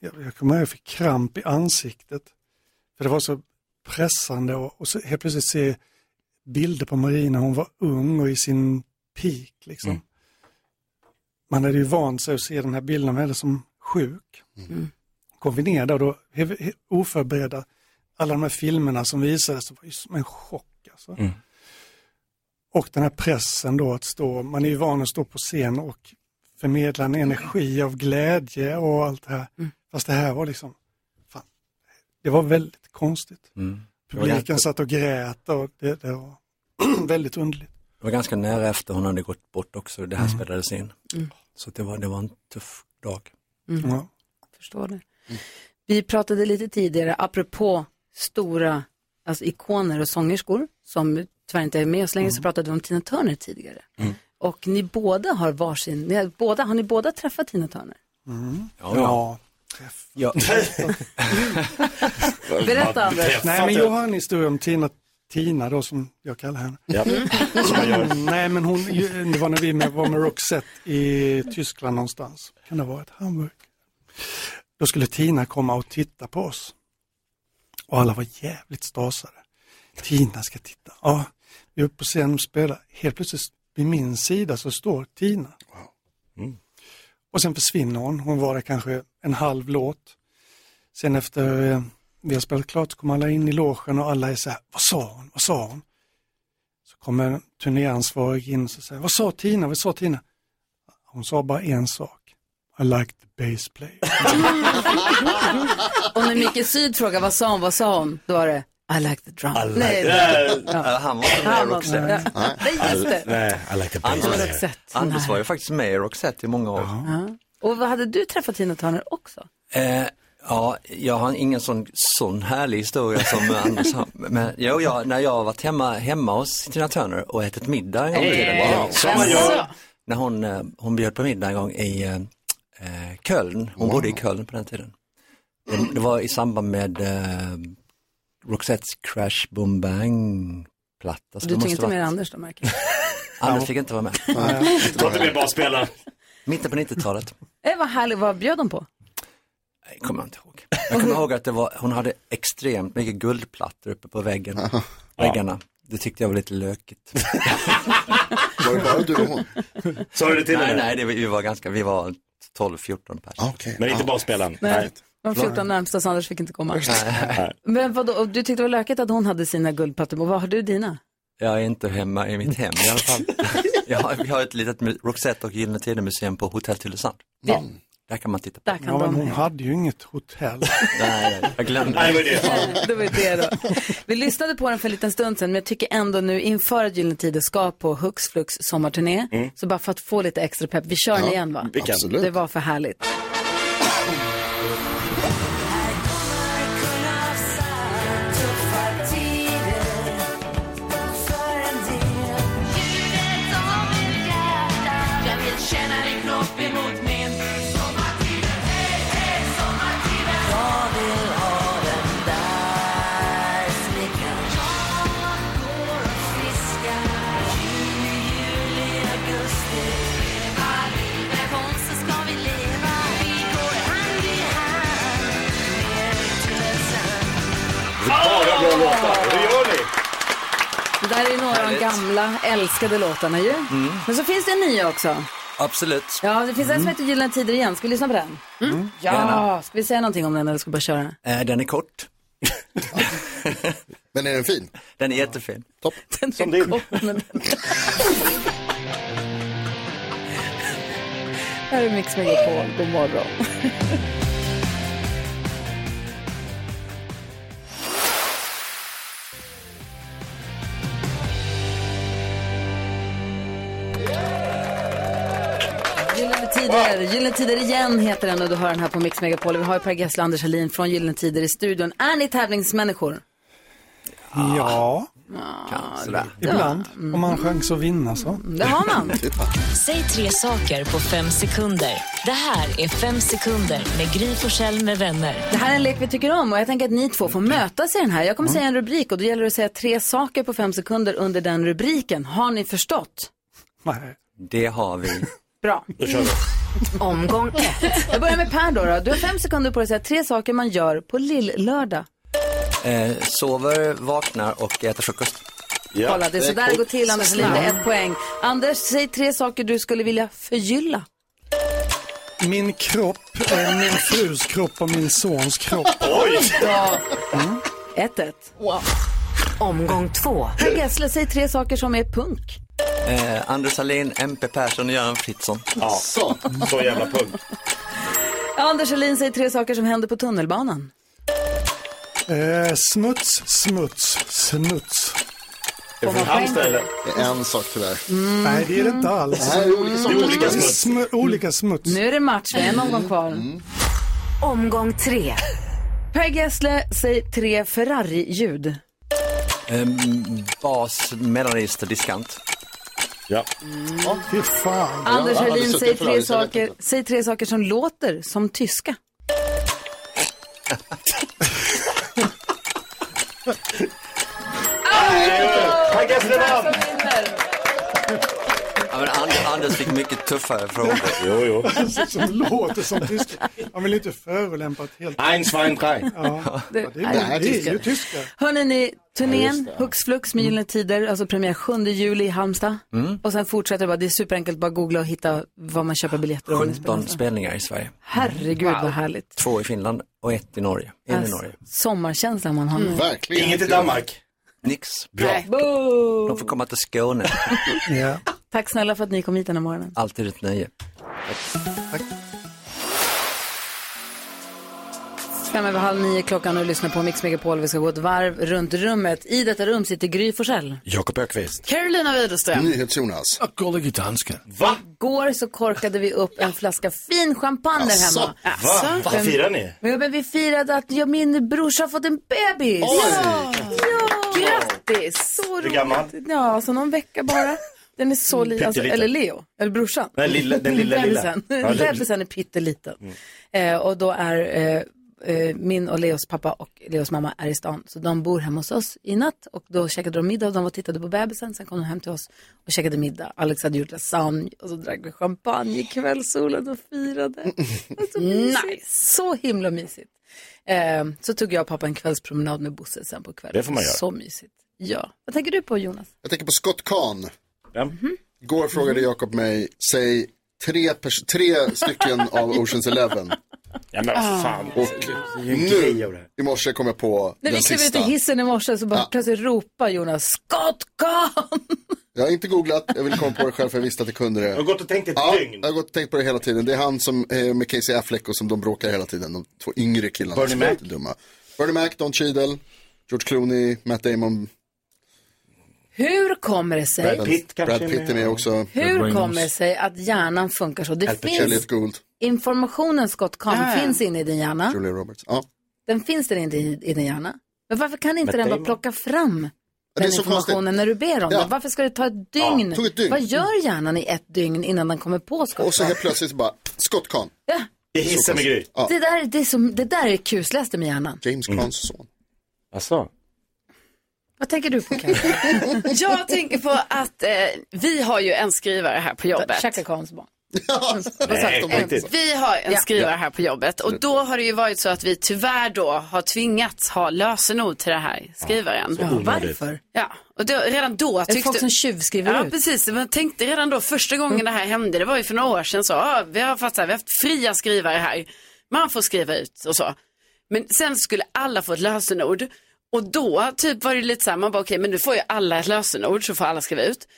[SPEAKER 17] jag, jag kommer ihåg jag fick kramp i ansiktet. För det var så pressande och, och så helt plötsligt se bilder på Marie när hon var ung och i sin peak. Liksom. Man hade ju vant sig att se den här bilden av henne som sjuk. Kom vi ner där och då, he- he- oförberedda, alla de här filmerna som visades, var ju som en chock. Alltså.
[SPEAKER 5] Mm.
[SPEAKER 17] Och den här pressen då att stå, man är ju van att stå på scen och förmedla en energi av glädje och allt det här. Fast det här var liksom, fan, det var väldigt konstigt.
[SPEAKER 16] Mm. Det var
[SPEAKER 17] Publiken
[SPEAKER 16] ganska-
[SPEAKER 17] satt och grät och det, det var väldigt underligt.
[SPEAKER 16] Det var ganska nära efter hon hade gått bort också, det här
[SPEAKER 17] Mm.
[SPEAKER 16] spelades in.
[SPEAKER 1] Mm.
[SPEAKER 16] Så det var, det var en tuff dag.
[SPEAKER 1] Mm.
[SPEAKER 17] Ja.
[SPEAKER 1] Förstår det. Vi pratade lite tidigare, apropå stora alltså ikoner och sångerskor, som tyvärr inte är med oss längre, så pratade vi om Tina Turner tidigare.
[SPEAKER 5] Mm.
[SPEAKER 1] Och ni båda har varsin, ni har, båda, har ni båda träffat Tina Turner?
[SPEAKER 17] Mm. Ja, ja.
[SPEAKER 16] Ja.
[SPEAKER 1] Berätta, Anders.
[SPEAKER 17] Nej, men jag har en historia om Tina, Tina då som jag kallar henne.
[SPEAKER 4] Ja. Som man gör.
[SPEAKER 17] Mm, Nej, men hon, ju- det var när vi med, var med Roxette i Tyskland någonstans. Kan det ha varit Hamburg? Då skulle Tina komma och titta på oss. Och alla var jävligt stasade. Tina ska titta. Ja, vi är uppe på scenen och spelar. Helt plötsligt vid min sida så står Tina.
[SPEAKER 4] Mm.
[SPEAKER 17] Och sen försvinner hon. Hon var där kanske en halv låt. Sen efter eh, vi har spelat klart så kommer alla in i logen och alla är så här, vad sa hon, vad sa hon? Så kommer turnéansvarig in och så säger, vad sa Tina, vad sa Tina? Hon sa bara en sak, I like the bass player.
[SPEAKER 1] Och när Micke Syd frågar vad sa hon, vad sa hon? Då var det I like the drum.
[SPEAKER 16] like
[SPEAKER 1] Nej,
[SPEAKER 16] the-
[SPEAKER 1] det-
[SPEAKER 16] Ja, Han var inte med
[SPEAKER 1] Han
[SPEAKER 16] i
[SPEAKER 1] var med.
[SPEAKER 16] Roxette.
[SPEAKER 1] Ja. Nej, just det.
[SPEAKER 4] I like the
[SPEAKER 16] Anders,
[SPEAKER 1] bass. Roxette.
[SPEAKER 16] Anders var ju faktiskt med i Roxette i många år.
[SPEAKER 1] Ja. Och vad hade du träffat Tina Turner också?
[SPEAKER 16] Eh, ja, jag har ingen sån, sån härlig historia som Anders har. Men jo, jag, när jag har varit hemma, hemma hos Tina Turner och ätit middag en gång i tiden.
[SPEAKER 5] Eh,
[SPEAKER 16] Ja.
[SPEAKER 5] som man gör.
[SPEAKER 16] När hon, eh, hon bjöd på middag en gång i eh, eh, Köln. Hon bodde i Köln på den tiden. Det, det var i samband med eh, Roxettes Crash Boom Bang platta. så det
[SPEAKER 1] du tog
[SPEAKER 16] måste
[SPEAKER 1] inte
[SPEAKER 16] varit-
[SPEAKER 1] med Anders då märker jag.
[SPEAKER 16] Anders fick inte vara med.
[SPEAKER 4] Ta inte med basspelaren.
[SPEAKER 16] Mitten på 90-talet.
[SPEAKER 1] Eh, vad härligt, vad bjöd de på?
[SPEAKER 16] Jag kommer inte ihåg. Jag kommer ihåg att det var, hon hade extremt mycket guldplattor uppe på väggen, väggarna. Det tyckte jag var lite lökigt.
[SPEAKER 6] Var det bara du och hon?
[SPEAKER 4] Sa du det till
[SPEAKER 16] nej,
[SPEAKER 4] henne?
[SPEAKER 16] Nej, det, vi var ganska, vi var 12-14 pers.
[SPEAKER 4] Men inte basspelaren.
[SPEAKER 1] Nej. De 14 närmsta så Anders fick inte komma.
[SPEAKER 16] Nej.
[SPEAKER 1] Men vadå, och du tyckte det var lökigt att hon hade sina guldplattor, och vad har du dina?
[SPEAKER 16] Jag är inte hemma i mitt hem i alla fall. Jag har, vi har ett litet mu- Roxette och Gyllene Tider-museum på Hotell Tylösand.
[SPEAKER 1] Ja.
[SPEAKER 16] Där kan man titta på.
[SPEAKER 1] Där kan
[SPEAKER 17] Ja, men
[SPEAKER 1] de
[SPEAKER 17] hon hade ju inget hotell.
[SPEAKER 16] Nej, jag glömde.
[SPEAKER 17] Nej, det var det.
[SPEAKER 1] det var ju det då. Vi lyssnade på den för en liten stund sedan, men jag tycker ändå nu inför att Gyllene Tider ska på Hux Flux sommarturné, så bara för att få lite extra pepp, vi kör den
[SPEAKER 6] Ja,
[SPEAKER 1] igen va?
[SPEAKER 6] vi kan. Absolut.
[SPEAKER 1] Det var för härligt.
[SPEAKER 4] Bara bra låtar. Hur gör ni?
[SPEAKER 1] Det där är ju några av de
[SPEAKER 16] Härligt.
[SPEAKER 1] gamla älskade låtarna ju.
[SPEAKER 16] Mm.
[SPEAKER 1] Men så finns det en ny också.
[SPEAKER 16] Absolut.
[SPEAKER 1] Ja, det finns en som heter Gyllene Tider igen. Ska vi lyssna på den? Mm. Ja,
[SPEAKER 16] Gärna.
[SPEAKER 1] ska vi säga någonting om den eller ska vi bara köra?
[SPEAKER 16] Eh, Den är kort.
[SPEAKER 6] Men är den fin?
[SPEAKER 16] Den är jättefin.
[SPEAKER 6] Topp.
[SPEAKER 1] Den
[SPEAKER 6] Som din.
[SPEAKER 1] Här är Mix Megapol, god morgon. Gyllene Tider, Gyllene Tider igen heter den och du hör den här på Mix Megapol. Vi har ju Per Gessle och Anders Helin från Gyllene Tider i studion. Är ni tävlingsmänniskor?
[SPEAKER 17] Ja, ibland. Om man har chans att vinna så.
[SPEAKER 1] Mm. Det har man.
[SPEAKER 2] Säg tre saker på fem sekunder. Det här är Fem sekunder med Gry Forssell med vänner.
[SPEAKER 1] Det här är en lek vi tycker om och jag tänker att ni två får mötas i den här. Jag kommer säga en rubrik och då gäller det att säga tre saker på fem sekunder under den rubriken. Har ni förstått?
[SPEAKER 16] Det har vi.
[SPEAKER 1] Bra.
[SPEAKER 16] Då kör vi.
[SPEAKER 1] Omgång ett. Jag börjar med Per då. då. Du har fem sekunder på dig att säga tre saker man gör på lill-lördag.
[SPEAKER 16] Eh, sover, vaknar och äter frukost. Mm.
[SPEAKER 1] Kolla, det är så där det går till. Anders Linde, ett poäng. Anders, säg tre saker du skulle vilja förgylla.
[SPEAKER 17] Min kropp, är min frus kropp och min sons kropp.
[SPEAKER 1] Ja. Mm. Ett, ett. Omgång två. Per Gessle, säg tre saker som är punk.
[SPEAKER 16] Eh, Anders Sahlin, MP Persson och Göran Fritzson.
[SPEAKER 4] Ja, så, så jävla punkt.
[SPEAKER 1] Anders Helin, säg tre saker som händer på tunnelbanan.
[SPEAKER 17] Eh, smuts, smuts, smuts.
[SPEAKER 6] Är det från Halmstad eller? Det är en sak tyvärr.
[SPEAKER 17] Nej, det är
[SPEAKER 1] Mm.
[SPEAKER 17] det inte alls.
[SPEAKER 6] Det här är olika sorters
[SPEAKER 17] Det är
[SPEAKER 6] smuts.
[SPEAKER 17] smu- olika smuts.
[SPEAKER 1] Nu är det match, det är en omgång kvar.
[SPEAKER 17] Mm.
[SPEAKER 1] Omgång tre. Per Gessle, säg tre Ferrari-ljud.
[SPEAKER 16] Ehm, bas, mellanregister, diskant.
[SPEAKER 4] Ja.
[SPEAKER 17] Åh, fy fan.
[SPEAKER 1] Anders Helin, säg tre, saker, säg tre saker som låter som tyska.
[SPEAKER 16] Ja, men Anders, Anders fick mycket tuffare frågor.
[SPEAKER 4] jo, jo.
[SPEAKER 17] Som låter som tysk. Han vill inte förolämpa ett helt...
[SPEAKER 4] Ein, zwei, drei.
[SPEAKER 17] Ja, det är, det
[SPEAKER 1] Nej,
[SPEAKER 17] är, det är
[SPEAKER 1] tyskar.
[SPEAKER 17] ju tyskar.
[SPEAKER 1] Hörrni, ni,
[SPEAKER 17] Ja,
[SPEAKER 1] turnén
[SPEAKER 17] just det.
[SPEAKER 1] Hux Flux med Gyllene Tider, alltså premiär 7 juli i Halmstad.
[SPEAKER 16] Mm.
[SPEAKER 1] Och sen fortsätter det bara, det är superenkelt, bara googla och hitta var man köper biljetter. och var ni spelar
[SPEAKER 16] 17
[SPEAKER 1] någonstans.
[SPEAKER 16] spelningar i Sverige.
[SPEAKER 1] Herregud vad härligt.
[SPEAKER 16] Två i Finland och ett i Norge. En
[SPEAKER 1] Alltså,
[SPEAKER 16] i Norge.
[SPEAKER 1] Sommarkänslan man har
[SPEAKER 17] Mm,
[SPEAKER 1] nu.
[SPEAKER 4] Mm. Inget i Danmark.
[SPEAKER 16] Nix.
[SPEAKER 1] Nej. Boo!
[SPEAKER 16] De får komma till Skåne.
[SPEAKER 1] Tack snälla för att ni kom hit den här morgonen.
[SPEAKER 16] Alltid ett nöje.
[SPEAKER 1] Fem över halv nio klockan och lyssnar på Mix Megapol. Vi ska gå ett varv runt rummet. I detta rum sitter Gry Forssell.
[SPEAKER 4] Jakob Ökvist.
[SPEAKER 1] Carolina Widerström.
[SPEAKER 6] NyhetsJonas.
[SPEAKER 8] Gullige dansken.
[SPEAKER 4] Mm. Va?
[SPEAKER 1] Igår så korkade vi upp en flaska fin champagne där
[SPEAKER 4] Asså?
[SPEAKER 1] hemma.
[SPEAKER 4] Alltså, Va? Vad
[SPEAKER 1] Men-
[SPEAKER 4] firar ni?
[SPEAKER 1] Ja, men vi firade att jag, min brorsa har fått en bebis.
[SPEAKER 4] Oj!
[SPEAKER 1] Ja! Grattis! Så roligt.
[SPEAKER 4] gammal?
[SPEAKER 1] Ja, så någon vecka bara. Den är så liten. Alltså,
[SPEAKER 4] Mm, Pytteliten.
[SPEAKER 1] eller Leo, eller brorsan.
[SPEAKER 4] Nej, lilla- den lilla, lilla.
[SPEAKER 1] Bebisen,
[SPEAKER 4] Ja, Mm. lilla.
[SPEAKER 1] Bebisen är pytteliten. Eh, och då är eh, eh, min och Leos pappa och Leos mamma är i stan. Så de bor hemma hos oss i natt och då käkade de middag. De var och tittade på bebisen, sen kom de hem till oss och käkade middag. Alex hade gjort lasagne och så drack vi champagne i kvällssolen och firade. nice. Så himla mysigt. Eh, så tog jag och pappa en kvällspromenad med Bosse sen på kvällen.
[SPEAKER 6] Det får man göra.
[SPEAKER 1] Så mysigt. Ja. Vad tänker du på Jonas?
[SPEAKER 6] Jag tänker på Scott Kahn.
[SPEAKER 1] Mhm.
[SPEAKER 6] Igår frågade Jakob mig, säg tre, pers- tre stycken av Oceans Eleven.
[SPEAKER 4] Ja, men
[SPEAKER 1] vad fan.
[SPEAKER 6] Och
[SPEAKER 4] är en grej
[SPEAKER 6] nu i morse kom jag på
[SPEAKER 1] När vi
[SPEAKER 6] den
[SPEAKER 1] klev ut
[SPEAKER 6] sista.
[SPEAKER 1] i hissen i morse så bara plötsligt ropar Jonas Scott Kahn!
[SPEAKER 6] Jag har inte googlat, jag ville komma på det själv för jag visste att jag kunde det. Jag
[SPEAKER 4] har gått och tänkt ett
[SPEAKER 6] ja, dygn. Jag har gått och tänkt på det hela tiden. Det är han som eh, med Casey Affleck och som de bråkar hela tiden. De två yngre killarna
[SPEAKER 4] Bernie
[SPEAKER 6] som
[SPEAKER 4] Mac.
[SPEAKER 6] är lite dumma. Bernie Mac, Don Cheadle, George Clooney, Matt Damon.
[SPEAKER 1] Hur kommer det sig?
[SPEAKER 6] Brad Pitt är med också.
[SPEAKER 1] Hur kommer det sig att hjärnan funkar så? Det finns
[SPEAKER 6] Elliot Gould,
[SPEAKER 1] informationen Scott Kahn
[SPEAKER 6] Ja, ja.
[SPEAKER 1] finns inne i din hjärna.
[SPEAKER 6] Julia Roberts. Ja.
[SPEAKER 1] Den finns där inne i, i din hjärna. Men varför kan inte
[SPEAKER 6] Men
[SPEAKER 1] den
[SPEAKER 6] det är
[SPEAKER 1] bara
[SPEAKER 6] ju-
[SPEAKER 1] plocka fram
[SPEAKER 6] det är
[SPEAKER 1] den
[SPEAKER 6] så
[SPEAKER 1] informationen
[SPEAKER 6] konstigt.
[SPEAKER 1] när du ber om
[SPEAKER 6] Ja.
[SPEAKER 1] den? Varför ska det ta ett dygn?
[SPEAKER 6] tog ett dygn.
[SPEAKER 1] Vad gör hjärnan i ett dygn innan den kommer på Scott
[SPEAKER 6] Och så
[SPEAKER 1] Kahn?
[SPEAKER 6] helt plötsligt så bara, Scott Kahn.
[SPEAKER 1] Ja.
[SPEAKER 4] I hissen med Gry.
[SPEAKER 1] Det, där, det, är som, det där är kusligaste med hjärnan.
[SPEAKER 6] James Kahns son.
[SPEAKER 4] Alltså.
[SPEAKER 1] Vad tänker du på Karin?
[SPEAKER 7] Jag tänker på att eh, vi har ju en skrivare här på jobbet.
[SPEAKER 1] Chaka Khans barn.
[SPEAKER 4] Nej, på riktigt.
[SPEAKER 7] Vi har en
[SPEAKER 1] Ja.
[SPEAKER 7] skrivare
[SPEAKER 1] Ja.
[SPEAKER 7] här på jobbet och då har det ju varit så att vi tyvärr då har tvingats ha lösenord till den här skrivaren.
[SPEAKER 1] Ja, så onödigt. varför?
[SPEAKER 7] Ja, och då, redan då
[SPEAKER 1] det folk som tjuvskriver
[SPEAKER 7] ja,
[SPEAKER 1] ut?
[SPEAKER 7] precis. Man tänkte redan då första gången det här hände, det var ju för några år sedan så, ah, vi har fått så här, vi har haft fria skrivare här. Man får skriva ut och så. Men sen skulle alla få ett lösenord och då typ var det lite så här, man bara okej, men nu får ju alla ett lösenord så får alla skriva ut.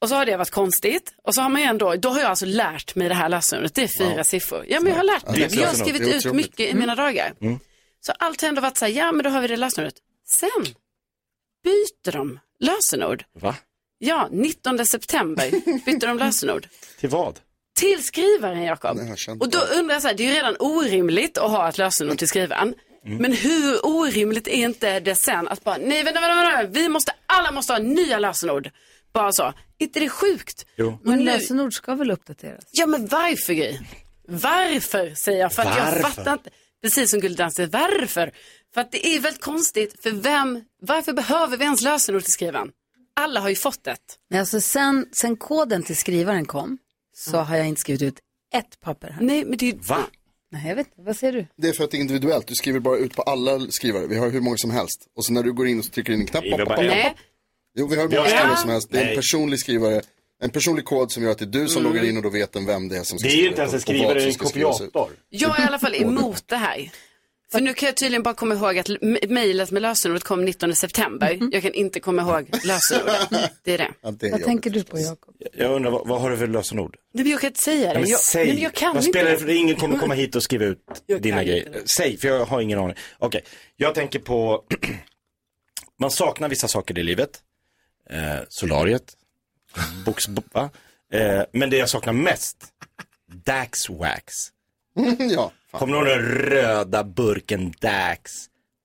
[SPEAKER 7] Och så har det varit konstigt. Och så har man ju ändå, då har jag alltså lärt mig det här lösenordet. Det är fyra siffror. Ja, men jag har lärt
[SPEAKER 5] Ja, det
[SPEAKER 7] mig.
[SPEAKER 5] är
[SPEAKER 7] det. jag har
[SPEAKER 5] lösenord.
[SPEAKER 7] skrivit
[SPEAKER 5] Det är
[SPEAKER 7] ut
[SPEAKER 5] otroligt.
[SPEAKER 7] mycket i
[SPEAKER 5] Mm.
[SPEAKER 7] mina dagar.
[SPEAKER 5] Mm.
[SPEAKER 7] Så allt har ändå varit så här, ja men då har vi det lösenordet. Sen byter de lösenord.
[SPEAKER 4] Va?
[SPEAKER 7] Ja, 19 september bytte de lösenord.
[SPEAKER 4] Till vad?
[SPEAKER 7] Till skrivaren, Jakob.
[SPEAKER 6] Jag kände
[SPEAKER 7] Och då undrar jag så här, det är ju redan orimligt att ha ett lösenord till skrivaren.
[SPEAKER 4] Mm.
[SPEAKER 7] Men hur orimligt är inte det sen att bara, nej vänta, vänta, vänta, vi måste, alla måste ha nya lösenord. Bara så, inte det är sjukt?
[SPEAKER 4] Jo.
[SPEAKER 7] Men
[SPEAKER 1] Men
[SPEAKER 7] nu-
[SPEAKER 1] lösenord ska väl uppdateras?
[SPEAKER 7] Ja men varför Gry? Varför säger jag för att
[SPEAKER 1] Varför?
[SPEAKER 7] jag fattar inte. Precis som Gulddansen, varför? För att det är väldigt konstigt, för vem, varför behöver vi ens lösenord till skrivaren? Alla har ju fått ett.
[SPEAKER 1] Nej, alltså sen, sen koden till skrivaren kom så har jag inte skrivit ut ett papper här.
[SPEAKER 7] Nej, men det är
[SPEAKER 4] Va?
[SPEAKER 1] Nej, jag vet inte. Vad säger du?
[SPEAKER 6] Det är för att det är individuellt, du skriver bara ut på alla skrivare. Vi har hur många som helst. Och så när du går in och så trycker in en knapp.
[SPEAKER 4] Nej, vi har
[SPEAKER 6] pop,
[SPEAKER 4] bara
[SPEAKER 6] pop,
[SPEAKER 4] en.
[SPEAKER 6] pop, pop. Jo, vi har hur
[SPEAKER 4] Vi har
[SPEAKER 6] många
[SPEAKER 4] en.
[SPEAKER 6] skrivare som helst. Det är
[SPEAKER 4] Nej.
[SPEAKER 6] en personlig skrivare, en personlig kod som gör att det är du som
[SPEAKER 7] Mm.
[SPEAKER 6] loggar in och då vet den vem det är som ska
[SPEAKER 4] Det är ju
[SPEAKER 6] skriva
[SPEAKER 4] inte ens en
[SPEAKER 6] ut och vad
[SPEAKER 4] skrivare, det är
[SPEAKER 6] som
[SPEAKER 4] en
[SPEAKER 6] ska skrivas ut.
[SPEAKER 4] kopiator.
[SPEAKER 7] Jag är i alla fall emot det här. För nu kan jag tydligen bara komma ihåg att m- mejlet med lösenordet kom 19 september. Jag kan inte komma ihåg lösenordet. Det är det.
[SPEAKER 4] Ja, det
[SPEAKER 12] Mhm. Vad
[SPEAKER 4] är jobbigt.
[SPEAKER 12] tänker du på, Jakob?
[SPEAKER 4] Jag undrar, vad, vad har du för lösenord?
[SPEAKER 7] Nej, men jag kan inte säga det.
[SPEAKER 4] Nej, men
[SPEAKER 7] jag,
[SPEAKER 4] säg.
[SPEAKER 7] nej, men jag kan
[SPEAKER 4] Vad
[SPEAKER 7] inte.
[SPEAKER 4] spelar det för Ingen kommer komma hit och skriva ut
[SPEAKER 7] Jag
[SPEAKER 4] dina
[SPEAKER 7] kan
[SPEAKER 4] grejer. Säg, för jag har ingen aning. Okej, jag tänker på, man saknar vissa saker i livet. Eh, solariet, box, bo- va? Eh, men det jag saknar mest, Daxwax.
[SPEAKER 6] ja.
[SPEAKER 4] Kommer du ihåg den röda burken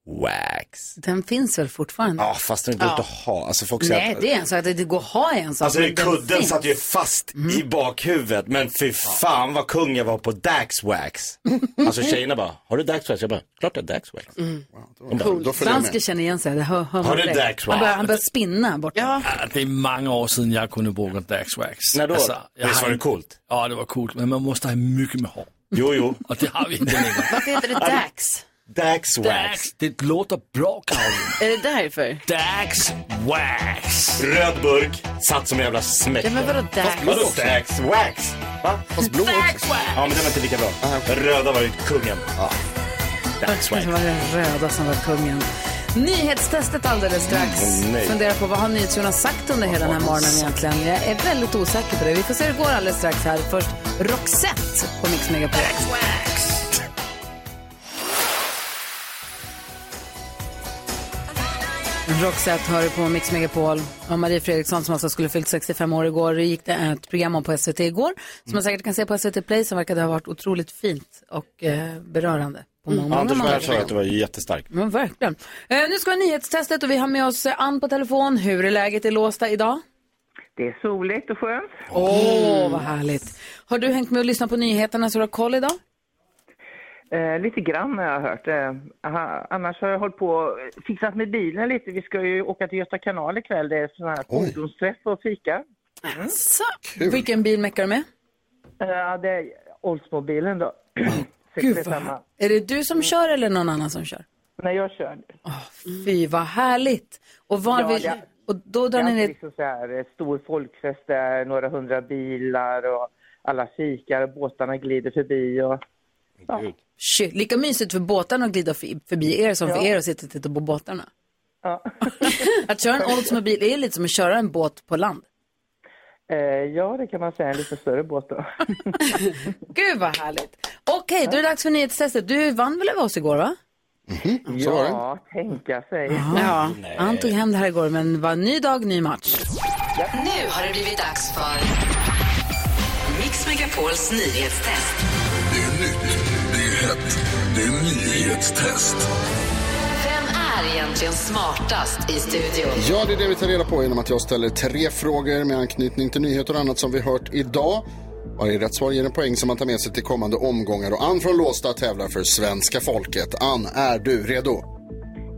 [SPEAKER 4] Daxwax?
[SPEAKER 1] Den finns väl fortfarande?
[SPEAKER 4] Ja, fast den går
[SPEAKER 1] Ja.
[SPEAKER 4] inte att ha. Alltså folk säger
[SPEAKER 1] Nej,
[SPEAKER 4] att...
[SPEAKER 1] det är en sak. Det går att ha en sak.
[SPEAKER 4] Alltså
[SPEAKER 1] men den
[SPEAKER 4] kudden
[SPEAKER 1] finns.
[SPEAKER 4] satt ju fast i bakhuvudet, men fy fan vad kung jag var på Daxwax. Alltså tjejerna bara, har du Daxwax? Jag bara, klart jag har Daxwax. De bara,
[SPEAKER 1] Cool. Dansken Mm. känner igen sig. Det hör,
[SPEAKER 8] Har
[SPEAKER 1] hör man
[SPEAKER 8] du
[SPEAKER 1] direkt.
[SPEAKER 8] Daxwax?
[SPEAKER 1] Han börjar, han börjar spinna bort.
[SPEAKER 8] Ja, det är många år sedan jag kunde bruka Daxwax.
[SPEAKER 4] När då? Visst var det
[SPEAKER 8] coolt? Ja, det var coolt, men man måste ha mycket med hår.
[SPEAKER 4] Jo, jo.
[SPEAKER 8] Och det har vi inte längre.
[SPEAKER 7] Varför heter det Dax?
[SPEAKER 4] Daxwax.
[SPEAKER 8] Det låter bra, Karin.
[SPEAKER 7] Är det därför?
[SPEAKER 4] Daxwax. Röd burk, satt som en jävla smäck.
[SPEAKER 7] Ja, men vadå Dax?
[SPEAKER 4] Vadå Daxwax? Va? Fast blå Ja, men den var inte lika bra. Den röda var ju kungen. Daxwax.
[SPEAKER 1] Det var den röda som var kungen. Nyhetstestet alldeles strax.
[SPEAKER 4] Mm, nej.
[SPEAKER 1] Fundera på vad har NyhetsJonas sagt under hela den här morgonen egentligen? Jag är väldigt osäker på det. Vi får se hur det går alldeles strax här. Först Roxette på Mix Megapol. Roxette hör du på Mix Megapol. Och Marie Fredriksson som alltså skulle fyllt 65 år igår. Det gick det ett program om på SVT igår. Som
[SPEAKER 4] Mm.
[SPEAKER 1] man säkert kan se på SVT Play som verkade ha varit otroligt fint och eh, berörande. På många, många,
[SPEAKER 4] Anders
[SPEAKER 1] många
[SPEAKER 4] Bär sa
[SPEAKER 1] sätt.
[SPEAKER 4] att Mm, det var jättestarkt.
[SPEAKER 1] Men verkligen. Eh, nu ska vi ha nyhetstestet och vi har med oss eh, Ann på telefon. Hur är läget i Låsta idag?
[SPEAKER 14] Det är soligt och skönt. Mm.
[SPEAKER 1] Åh, vad härligt. Har du hängt med och lyssnat på nyheterna så du har koll idag?
[SPEAKER 14] Eh, lite grann har jag hört. Eh, aha, annars har jag hållit på och fixat med bilen lite. Vi ska ju åka till Göta kanal ikväll. Det är sån här fordonsträff och fika.
[SPEAKER 1] Så. Alltså, Vilken bil meckar du med?
[SPEAKER 14] Eh, Ja, det är Oldsmobilen då.
[SPEAKER 1] Gud,
[SPEAKER 14] 65.
[SPEAKER 1] vad... Är det du
[SPEAKER 14] Mm.
[SPEAKER 1] som kör eller någon annan som kör?
[SPEAKER 14] Nej, jag kör.
[SPEAKER 1] Fy, vad härligt. Och, var
[SPEAKER 14] Mm. Ja,
[SPEAKER 1] vill...
[SPEAKER 14] det-
[SPEAKER 1] och då
[SPEAKER 14] Det
[SPEAKER 1] drar
[SPEAKER 14] är
[SPEAKER 1] ni
[SPEAKER 14] alltid
[SPEAKER 1] ner...
[SPEAKER 14] liksom så här, eh, stor folkfest där, några hundra bilar och alla kikar och båtarna glider förbi. Och, ja.
[SPEAKER 1] Shit, lika mysigt för båtarna att glida fi- förbi er som för
[SPEAKER 14] Ja.
[SPEAKER 1] er att sitta och titta på båtarna.
[SPEAKER 14] Ja.
[SPEAKER 1] att köra en Oldsmobile är lite som att köra en båt på land.
[SPEAKER 14] Eh, ja, det kan man säga. En lite större båt då.
[SPEAKER 1] Gud vad härligt. Okej, då är det dags för nyhetstestet. Du vann väl över oss igår va? så var det.
[SPEAKER 14] ja, tänka sig.
[SPEAKER 1] Ja, han tog hem det här igår men var ny dag, ny match.
[SPEAKER 5] Nu har det blivit dags för Mix Megapols nyhetstest.
[SPEAKER 18] Det är nytt, det är hett, det är nyhetstest.
[SPEAKER 5] Vem är egentligen smartast i studion?
[SPEAKER 6] Ja, det är det vi tar reda på genom att jag ställer tre frågor med anknytning till nyheter och annat som vi hört idag. Varje rätt svar ger en poäng som man tar med sig till kommande omgångar och Ann från Låsta tävlar för svenska folket. Ann, är du redo?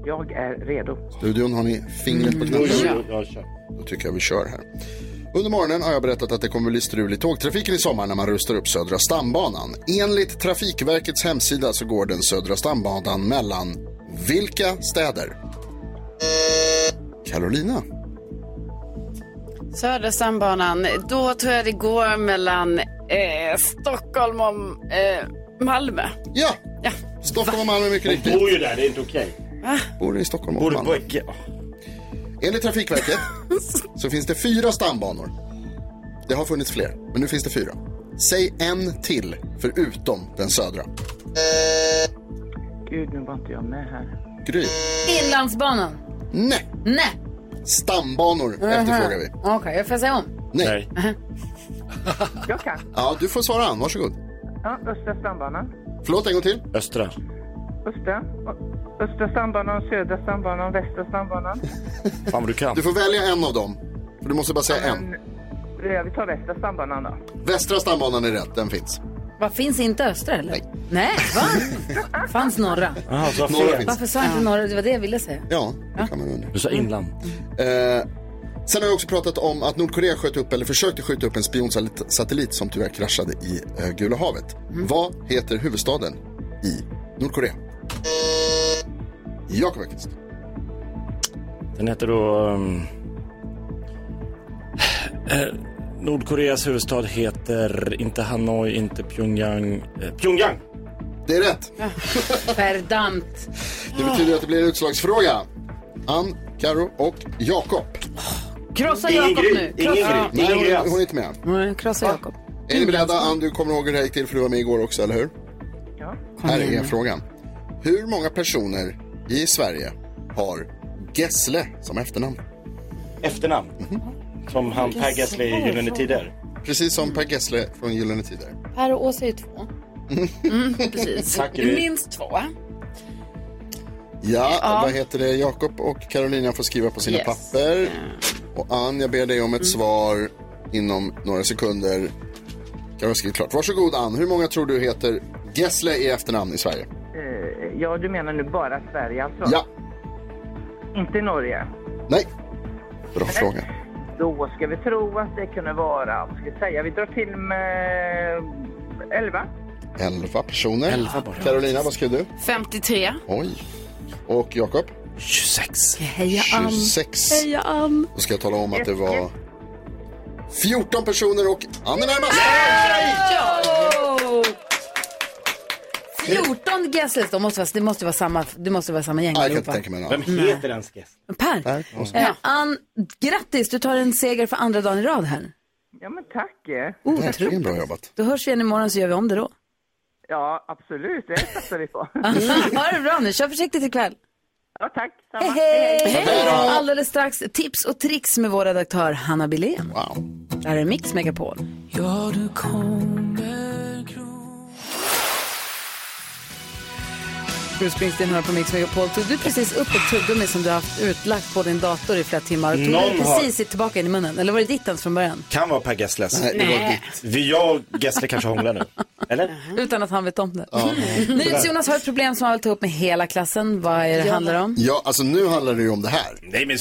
[SPEAKER 14] Jag är redo.
[SPEAKER 6] Studion, har ni fingret på
[SPEAKER 14] Mm,
[SPEAKER 6] knappen?
[SPEAKER 14] ja.
[SPEAKER 6] Då tycker jag vi kör här. Under morgonen har jag berättat att det kommer bli strul i tågtrafiken i sommar när man rustar upp Södra stambanan. Enligt Trafikverkets hemsida så går den Södra stambanan mellan vilka städer? Carolina.
[SPEAKER 7] Södra stambanan, då tror jag det går mellan eh, Stockholm och eh, Malmö.
[SPEAKER 6] Ja, Stockholm och Malmö mycket riktigt.
[SPEAKER 4] Hon bor ju där, det är inte okej.
[SPEAKER 6] Bor i Stockholm och
[SPEAKER 4] Bor du
[SPEAKER 6] Malmö.
[SPEAKER 4] på Ecke?
[SPEAKER 6] Enligt Trafikverket så finns det fyra stambanor. Det har funnits fler, men nu finns det fyra. Säg en till, förutom den södra.
[SPEAKER 14] Gud, nu var inte jag med här.
[SPEAKER 6] Gry.
[SPEAKER 1] Inlandsbanan.
[SPEAKER 6] Nej.
[SPEAKER 1] Nej.
[SPEAKER 6] Stambanor efterfrågar vi.
[SPEAKER 1] Okej, jag får säga om.
[SPEAKER 6] Nej.
[SPEAKER 14] Jag kan.
[SPEAKER 6] Ja, du får svara Ann, varsågod.
[SPEAKER 14] Ja, Östra stambanan.
[SPEAKER 6] Förlåt, en gång till.
[SPEAKER 4] Östra.
[SPEAKER 14] Östra. Östra stambanan, södra stambanan, västra stambanan.
[SPEAKER 4] Fan vad du kan.
[SPEAKER 6] Du får välja en av dem. För du måste bara säga en.
[SPEAKER 14] Ja, Vi tar västra stambanan då.
[SPEAKER 6] Västra stambanan är rätt, den finns.
[SPEAKER 1] Vad finns inte östra eller? Nej. Nej, va? Fanns norra.
[SPEAKER 6] Aha, så Norra fel. finns.
[SPEAKER 1] Varför sa jag inte norra? Det var det jag ville säga.
[SPEAKER 6] Ja, det kan man undra.
[SPEAKER 4] Du sa inland.
[SPEAKER 6] Eh, sen har jag också pratat om att Nordkorea sköt upp, eller försökte skjuta upp en spionsatellit som tyvärr kraschade i eh, Gula havet.
[SPEAKER 1] Mm.
[SPEAKER 6] Vad heter huvudstaden i Nordkorea? Jakob Ekqvist.
[SPEAKER 4] Den heter då... ehm, eh, Nordkoreas huvudstad heter inte Hanoi, inte Pyongyang. eh, Pyongyang!
[SPEAKER 6] Det är rätt.
[SPEAKER 1] Verdant.
[SPEAKER 6] Det betyder att det blir en utslagsfråga. Ann, Karo och Jakob.
[SPEAKER 1] Krossa Jakob nu. Krossa.
[SPEAKER 6] Nej, hon är inte med.
[SPEAKER 1] Nej, Krossa Jakob.
[SPEAKER 6] Är ni beredda? Ann, du kommer ihåg hur det här gick till för du var med igår också, eller hur?
[SPEAKER 1] Kom
[SPEAKER 6] Här
[SPEAKER 1] igen
[SPEAKER 6] är
[SPEAKER 1] nu.
[SPEAKER 6] frågan. Hur många personer i Sverige har Gessle som efternamn?
[SPEAKER 4] Efternamn? Som han Per Gessle i Gyllene Tider?
[SPEAKER 6] Precis som Per Gessle från Gyllene Tider.
[SPEAKER 7] Per och Åsa är ju två. Mm, precis.
[SPEAKER 6] Tack, Gry.
[SPEAKER 7] Minst två.
[SPEAKER 6] Ja,
[SPEAKER 7] Ja.
[SPEAKER 6] vad heter det? Jakob och Carolina får skriva på sina
[SPEAKER 7] Yes.
[SPEAKER 6] papper. Och Ann, jag ber dig om ett svar inom några sekunder. Kan du skriva klart? Varsågod Ann, hur många tror du heter Gessle i efternamn i Sverige?
[SPEAKER 14] Eh, ja, du menar nu bara Sverige alltså?
[SPEAKER 6] Ja.
[SPEAKER 14] Inte Norge?
[SPEAKER 6] Nej. Bra fråga.
[SPEAKER 14] Då ska vi tro att det kunde vara, vad ska vi säga, vi drar till med 11.
[SPEAKER 6] Elva personer. Elva bara. Carolina, vad skrev du?
[SPEAKER 7] 53.
[SPEAKER 6] Oj. Och Jakob? 26.
[SPEAKER 7] Heja
[SPEAKER 6] Ann. 26.
[SPEAKER 7] Heja Ann.
[SPEAKER 6] Då ska jag tala om att det var 14 personer och Ann är närmast.
[SPEAKER 1] Ah! Jo! 14 Gessles, de måste vara, det måste vara samma, det måste vara samma gäng
[SPEAKER 6] Nej, jag kan inte tänka mig något annat.
[SPEAKER 4] Vem heter ens Gessle?
[SPEAKER 1] Per, eh, Ann, grattis, du tar en seger för andra dagen i rad här.
[SPEAKER 14] Ja, men tack.
[SPEAKER 1] Oh,
[SPEAKER 14] eh.
[SPEAKER 6] Verkligen bra jobbat.
[SPEAKER 1] Då hörs vi igen imorgon så gör vi om det då.
[SPEAKER 14] Ja, absolut, det satsar vi på.
[SPEAKER 1] ha det bra nu, kör försiktigt ikväll.
[SPEAKER 14] Ja, tack.
[SPEAKER 1] Hej, hej! Alldeles strax tips och tricks med vår redaktör Hanna Billén.
[SPEAKER 6] Wow.
[SPEAKER 1] Det här är Mix Megapol.
[SPEAKER 5] Ja, du kommer
[SPEAKER 1] Bruce Springsteen hör på Mix Megapol. Tog du precis upp ett tuggummi som du har haft utlagt på din dator i flera timmar? Tog du
[SPEAKER 4] Någon
[SPEAKER 1] det
[SPEAKER 4] har-
[SPEAKER 1] precis tillbaka in i munnen? Eller var det ditt ens från början?
[SPEAKER 4] Kan vara Per Gessles.
[SPEAKER 1] Nej, det var Nej.
[SPEAKER 4] Vi, jag och Gessle kanske hånglar nu. Eller?
[SPEAKER 1] Utan att han vet om det.
[SPEAKER 6] Ja.
[SPEAKER 1] NyhetsJonas har ett problem som han vill ta upp med hela klassen. Vad är det det handlar om?
[SPEAKER 6] Ja, alltså nu handlar det ju om det här.
[SPEAKER 4] Nej, men...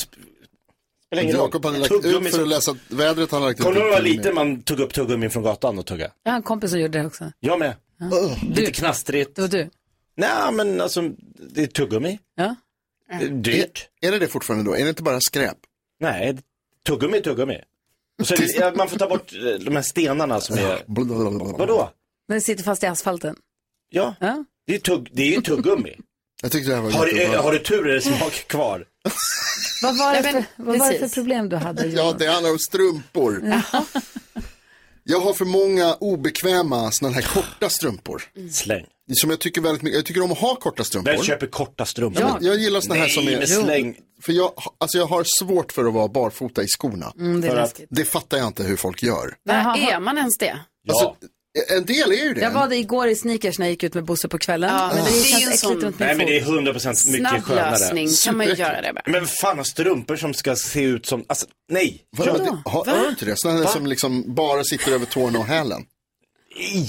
[SPEAKER 4] ingen roll.
[SPEAKER 6] Jakob hade lagt
[SPEAKER 4] Tuggummi
[SPEAKER 6] ut för
[SPEAKER 4] som-
[SPEAKER 6] att läsa vädret. Han hade lagt ut
[SPEAKER 4] Kommer du ihåg när man var
[SPEAKER 6] tuggummi.
[SPEAKER 4] liten man tog upp tuggummin från gatan och tuggade?
[SPEAKER 1] Jag har en kompis som gjorde det också.
[SPEAKER 4] Jag med. Lite knastrigt. Det
[SPEAKER 1] var du.
[SPEAKER 4] Nej, men alltså, det är tuggummi.
[SPEAKER 1] Ja.
[SPEAKER 4] Det är Dyrt.
[SPEAKER 6] Är, det det fortfarande då? Är det inte bara skräp?
[SPEAKER 4] Nej, tuggummi är tuggummi. Och så, är det- ja, man får ta bort eh, de här stenarna som är... Vadå?
[SPEAKER 1] När det sitter fast i asfalten.
[SPEAKER 4] Ja, det är, tugg, det är ju tuggummi.
[SPEAKER 6] Jag tyckte det här var
[SPEAKER 4] har, du,
[SPEAKER 6] jättebra.
[SPEAKER 4] eh, har du tur är det smak kvar.
[SPEAKER 1] Vad var det
[SPEAKER 5] Nej, men
[SPEAKER 1] för, vad var det för
[SPEAKER 5] precis.
[SPEAKER 1] problem du hade?
[SPEAKER 6] Ja, det handlar om strumpor. Jag har för många obekväma sådana här korta strumpor.
[SPEAKER 4] Mm. Släng.
[SPEAKER 6] Som jag tycker väldigt mycket, jag tycker om att ha korta strumpor.
[SPEAKER 4] Vem köper korta strumpor?
[SPEAKER 6] Ja, men jag gillar sådana här
[SPEAKER 4] Nej,
[SPEAKER 6] som är...
[SPEAKER 4] men släng.
[SPEAKER 6] För jag, alltså jag har svårt för att vara barfota i skorna.
[SPEAKER 7] Mm, det är
[SPEAKER 6] för att,
[SPEAKER 7] läskigt.
[SPEAKER 6] det fattar jag inte hur folk gör.
[SPEAKER 7] Jaha. Är man ens det?
[SPEAKER 6] Alltså, en del är ju det.
[SPEAKER 1] Jag var det igår i sneakers när jag gick ut med Bosse på kvällen.
[SPEAKER 7] Ja, men
[SPEAKER 6] Ah.
[SPEAKER 7] det
[SPEAKER 1] det
[SPEAKER 7] är ju en
[SPEAKER 1] känns äckligt
[SPEAKER 7] sån-
[SPEAKER 1] runt min
[SPEAKER 4] Nej men
[SPEAKER 1] fot.
[SPEAKER 4] det är 100 procent mycket
[SPEAKER 7] Snabb
[SPEAKER 4] skönare.
[SPEAKER 7] lösning, kan man ju göra det bara.
[SPEAKER 4] Men fan strumpor som ska se ut som, alltså nej.
[SPEAKER 6] Vadå?
[SPEAKER 4] Gör-
[SPEAKER 6] Det- Har, har du inte det? Sådana här som liksom bara sitter över tårna och hälen.
[SPEAKER 4] Nej.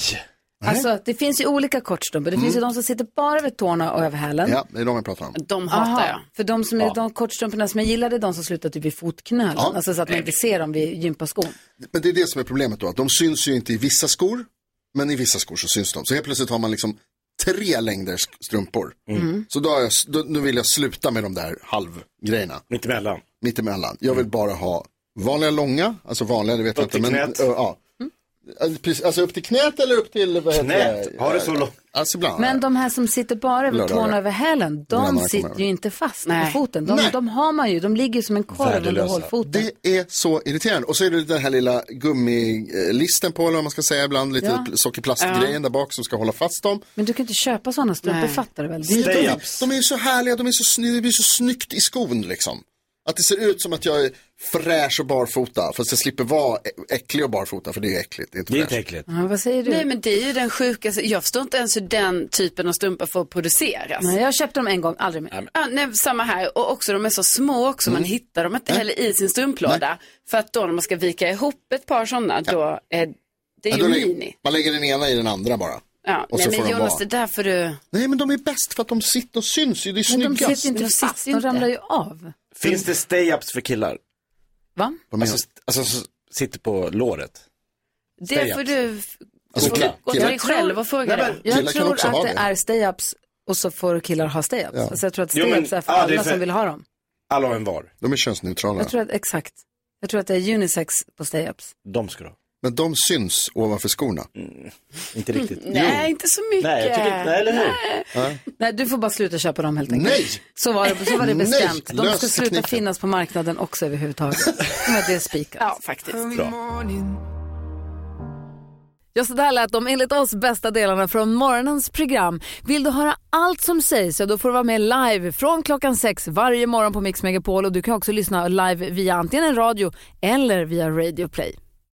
[SPEAKER 1] Alltså, det finns ju olika kortstrumpor. Det finns ju de som sitter bara över tårna och över hälen.
[SPEAKER 6] Mm. Ja, det är de jag pratar om.
[SPEAKER 7] De
[SPEAKER 1] Aha, För de, som är, de kortstrumporna som jag gillar det är de som slutar typ vid fotknölen.
[SPEAKER 6] Ja.
[SPEAKER 1] Alltså så att man inte ser dem vid gympaskon.
[SPEAKER 6] Men det är det som är problemet då, att de syns ju inte i vissa skor, men i vissa skor så syns de. Så helt plötsligt har man liksom tre längder sk- strumpor.
[SPEAKER 1] Mm.
[SPEAKER 6] Så då, har jag, s- då, nu vill jag sluta med de där halvgrejerna.
[SPEAKER 4] Mittemellan. Mm.
[SPEAKER 6] Mittemellan. Jag vill bara ha vanliga långa, alltså vanliga, det vet jag
[SPEAKER 4] Upp till
[SPEAKER 6] inte.
[SPEAKER 4] knät.
[SPEAKER 6] ö, ja. Alltså, precis, Alltså upp till knät eller upp till, vad heter
[SPEAKER 4] Knät?
[SPEAKER 6] det?
[SPEAKER 4] Har det så långt?
[SPEAKER 6] Alltså ibland.
[SPEAKER 1] Men de här som sitter bara över
[SPEAKER 6] Lördagar.
[SPEAKER 1] tårna och över hälen, de
[SPEAKER 6] Ibland har jag
[SPEAKER 1] sitter
[SPEAKER 6] kommit
[SPEAKER 1] ju
[SPEAKER 6] över.
[SPEAKER 1] inte fast
[SPEAKER 6] Nej.
[SPEAKER 1] på foten. De,
[SPEAKER 6] Nej.
[SPEAKER 1] de har man ju, de ligger ju som en korv under hålfoten.
[SPEAKER 6] Det är så irriterande. Och så är det den här lilla gummilisten på, eller vad man ska säga ibland, lite
[SPEAKER 1] Ja.
[SPEAKER 6] pl- sockerplastgrejen
[SPEAKER 1] Ja.
[SPEAKER 6] där bak som ska hålla fast dem.
[SPEAKER 1] Men du kan inte köpa sådana strumpor, fattar du väl? Det är
[SPEAKER 6] De,
[SPEAKER 1] ju
[SPEAKER 6] de,
[SPEAKER 1] dumt.
[SPEAKER 6] de är ju så härliga, de är så, sny- det blir så snyggt i skon liksom. Att det ser ut som att jag är fräsch och barfota, fast jag slipper vara ä- äcklig och barfota, för det är ju äckligt. Det är inte, det är inte
[SPEAKER 4] äckligt.
[SPEAKER 1] Ja, vad säger du?
[SPEAKER 7] Nej, men det är ju den sjukaste. Jag förstår inte ens hur den typen av strumpor får produceras.
[SPEAKER 1] Nej, jag köpte dem en gång, aldrig mer. Mm.
[SPEAKER 7] Ja, nej, samma här. Och också de är så små också. Man hittar dem inte heller i sin strumplåda. För att då när man ska vika ihop ett par sådana, då är det är ju mini.
[SPEAKER 6] Man lägger den ena i den andra bara.
[SPEAKER 7] Ja,
[SPEAKER 6] Och
[SPEAKER 7] nej,
[SPEAKER 6] så får
[SPEAKER 7] men
[SPEAKER 6] de
[SPEAKER 7] Jonas,
[SPEAKER 6] vara.
[SPEAKER 7] det där får du...
[SPEAKER 6] Nej, men de är bäst för att de sitter och syns ju, det är
[SPEAKER 1] Men de
[SPEAKER 6] snyggast.
[SPEAKER 1] sitter ju inte fast, de
[SPEAKER 7] inte.
[SPEAKER 1] ramlar ju av.
[SPEAKER 4] Finns det stay-ups för killar?
[SPEAKER 1] Va?
[SPEAKER 4] Alltså, st- alltså s- sitter på låret.
[SPEAKER 7] Det får du
[SPEAKER 4] Alltså,
[SPEAKER 7] gå-
[SPEAKER 4] killar-
[SPEAKER 7] gå till
[SPEAKER 4] killar-
[SPEAKER 7] dig själv och fråga
[SPEAKER 4] Nej,
[SPEAKER 7] det.
[SPEAKER 4] men-
[SPEAKER 1] Jag
[SPEAKER 4] Killar kan
[SPEAKER 1] tror
[SPEAKER 4] också
[SPEAKER 1] att
[SPEAKER 4] ha
[SPEAKER 1] det
[SPEAKER 4] det.
[SPEAKER 1] är stay-ups och så får killar ha stay-ups.
[SPEAKER 6] Ja.
[SPEAKER 1] Alltså jag tror att
[SPEAKER 4] Jo, men-
[SPEAKER 1] stay-ups är för
[SPEAKER 4] ja, det är
[SPEAKER 1] alla
[SPEAKER 4] för-
[SPEAKER 1] som vill ha dem.
[SPEAKER 4] Alla har en var.
[SPEAKER 6] De är könsneutrala.
[SPEAKER 1] Jag tror att, exakt. Jag tror att det är unisex på stay-ups.
[SPEAKER 4] De ska du ha.
[SPEAKER 14] Men de syns ovanför skorna.
[SPEAKER 6] Mm, Inte riktigt.
[SPEAKER 7] Mm, Nej, inte så mycket.
[SPEAKER 6] Nej, jag tycker inte- nej, eller hur?
[SPEAKER 1] Nej, du får bara sluta köpa dem helt enkelt.
[SPEAKER 14] Nej!
[SPEAKER 1] Så var det, så var det
[SPEAKER 14] Nej,
[SPEAKER 1] bestämt. De ska
[SPEAKER 14] lös
[SPEAKER 1] sluta
[SPEAKER 14] knicken.
[SPEAKER 1] finnas på marknaden också överhuvudtaget. Det var det spikat. Ja,
[SPEAKER 7] faktiskt.
[SPEAKER 1] Ja, så där lät de enligt oss bästa delarna från morgonens program. Vill du höra allt som sägs, ja, då får du vara med live från klockan sex varje morgon på Mix Megapol. Och du kan också lyssna live via antingen en radio eller via Radio Play.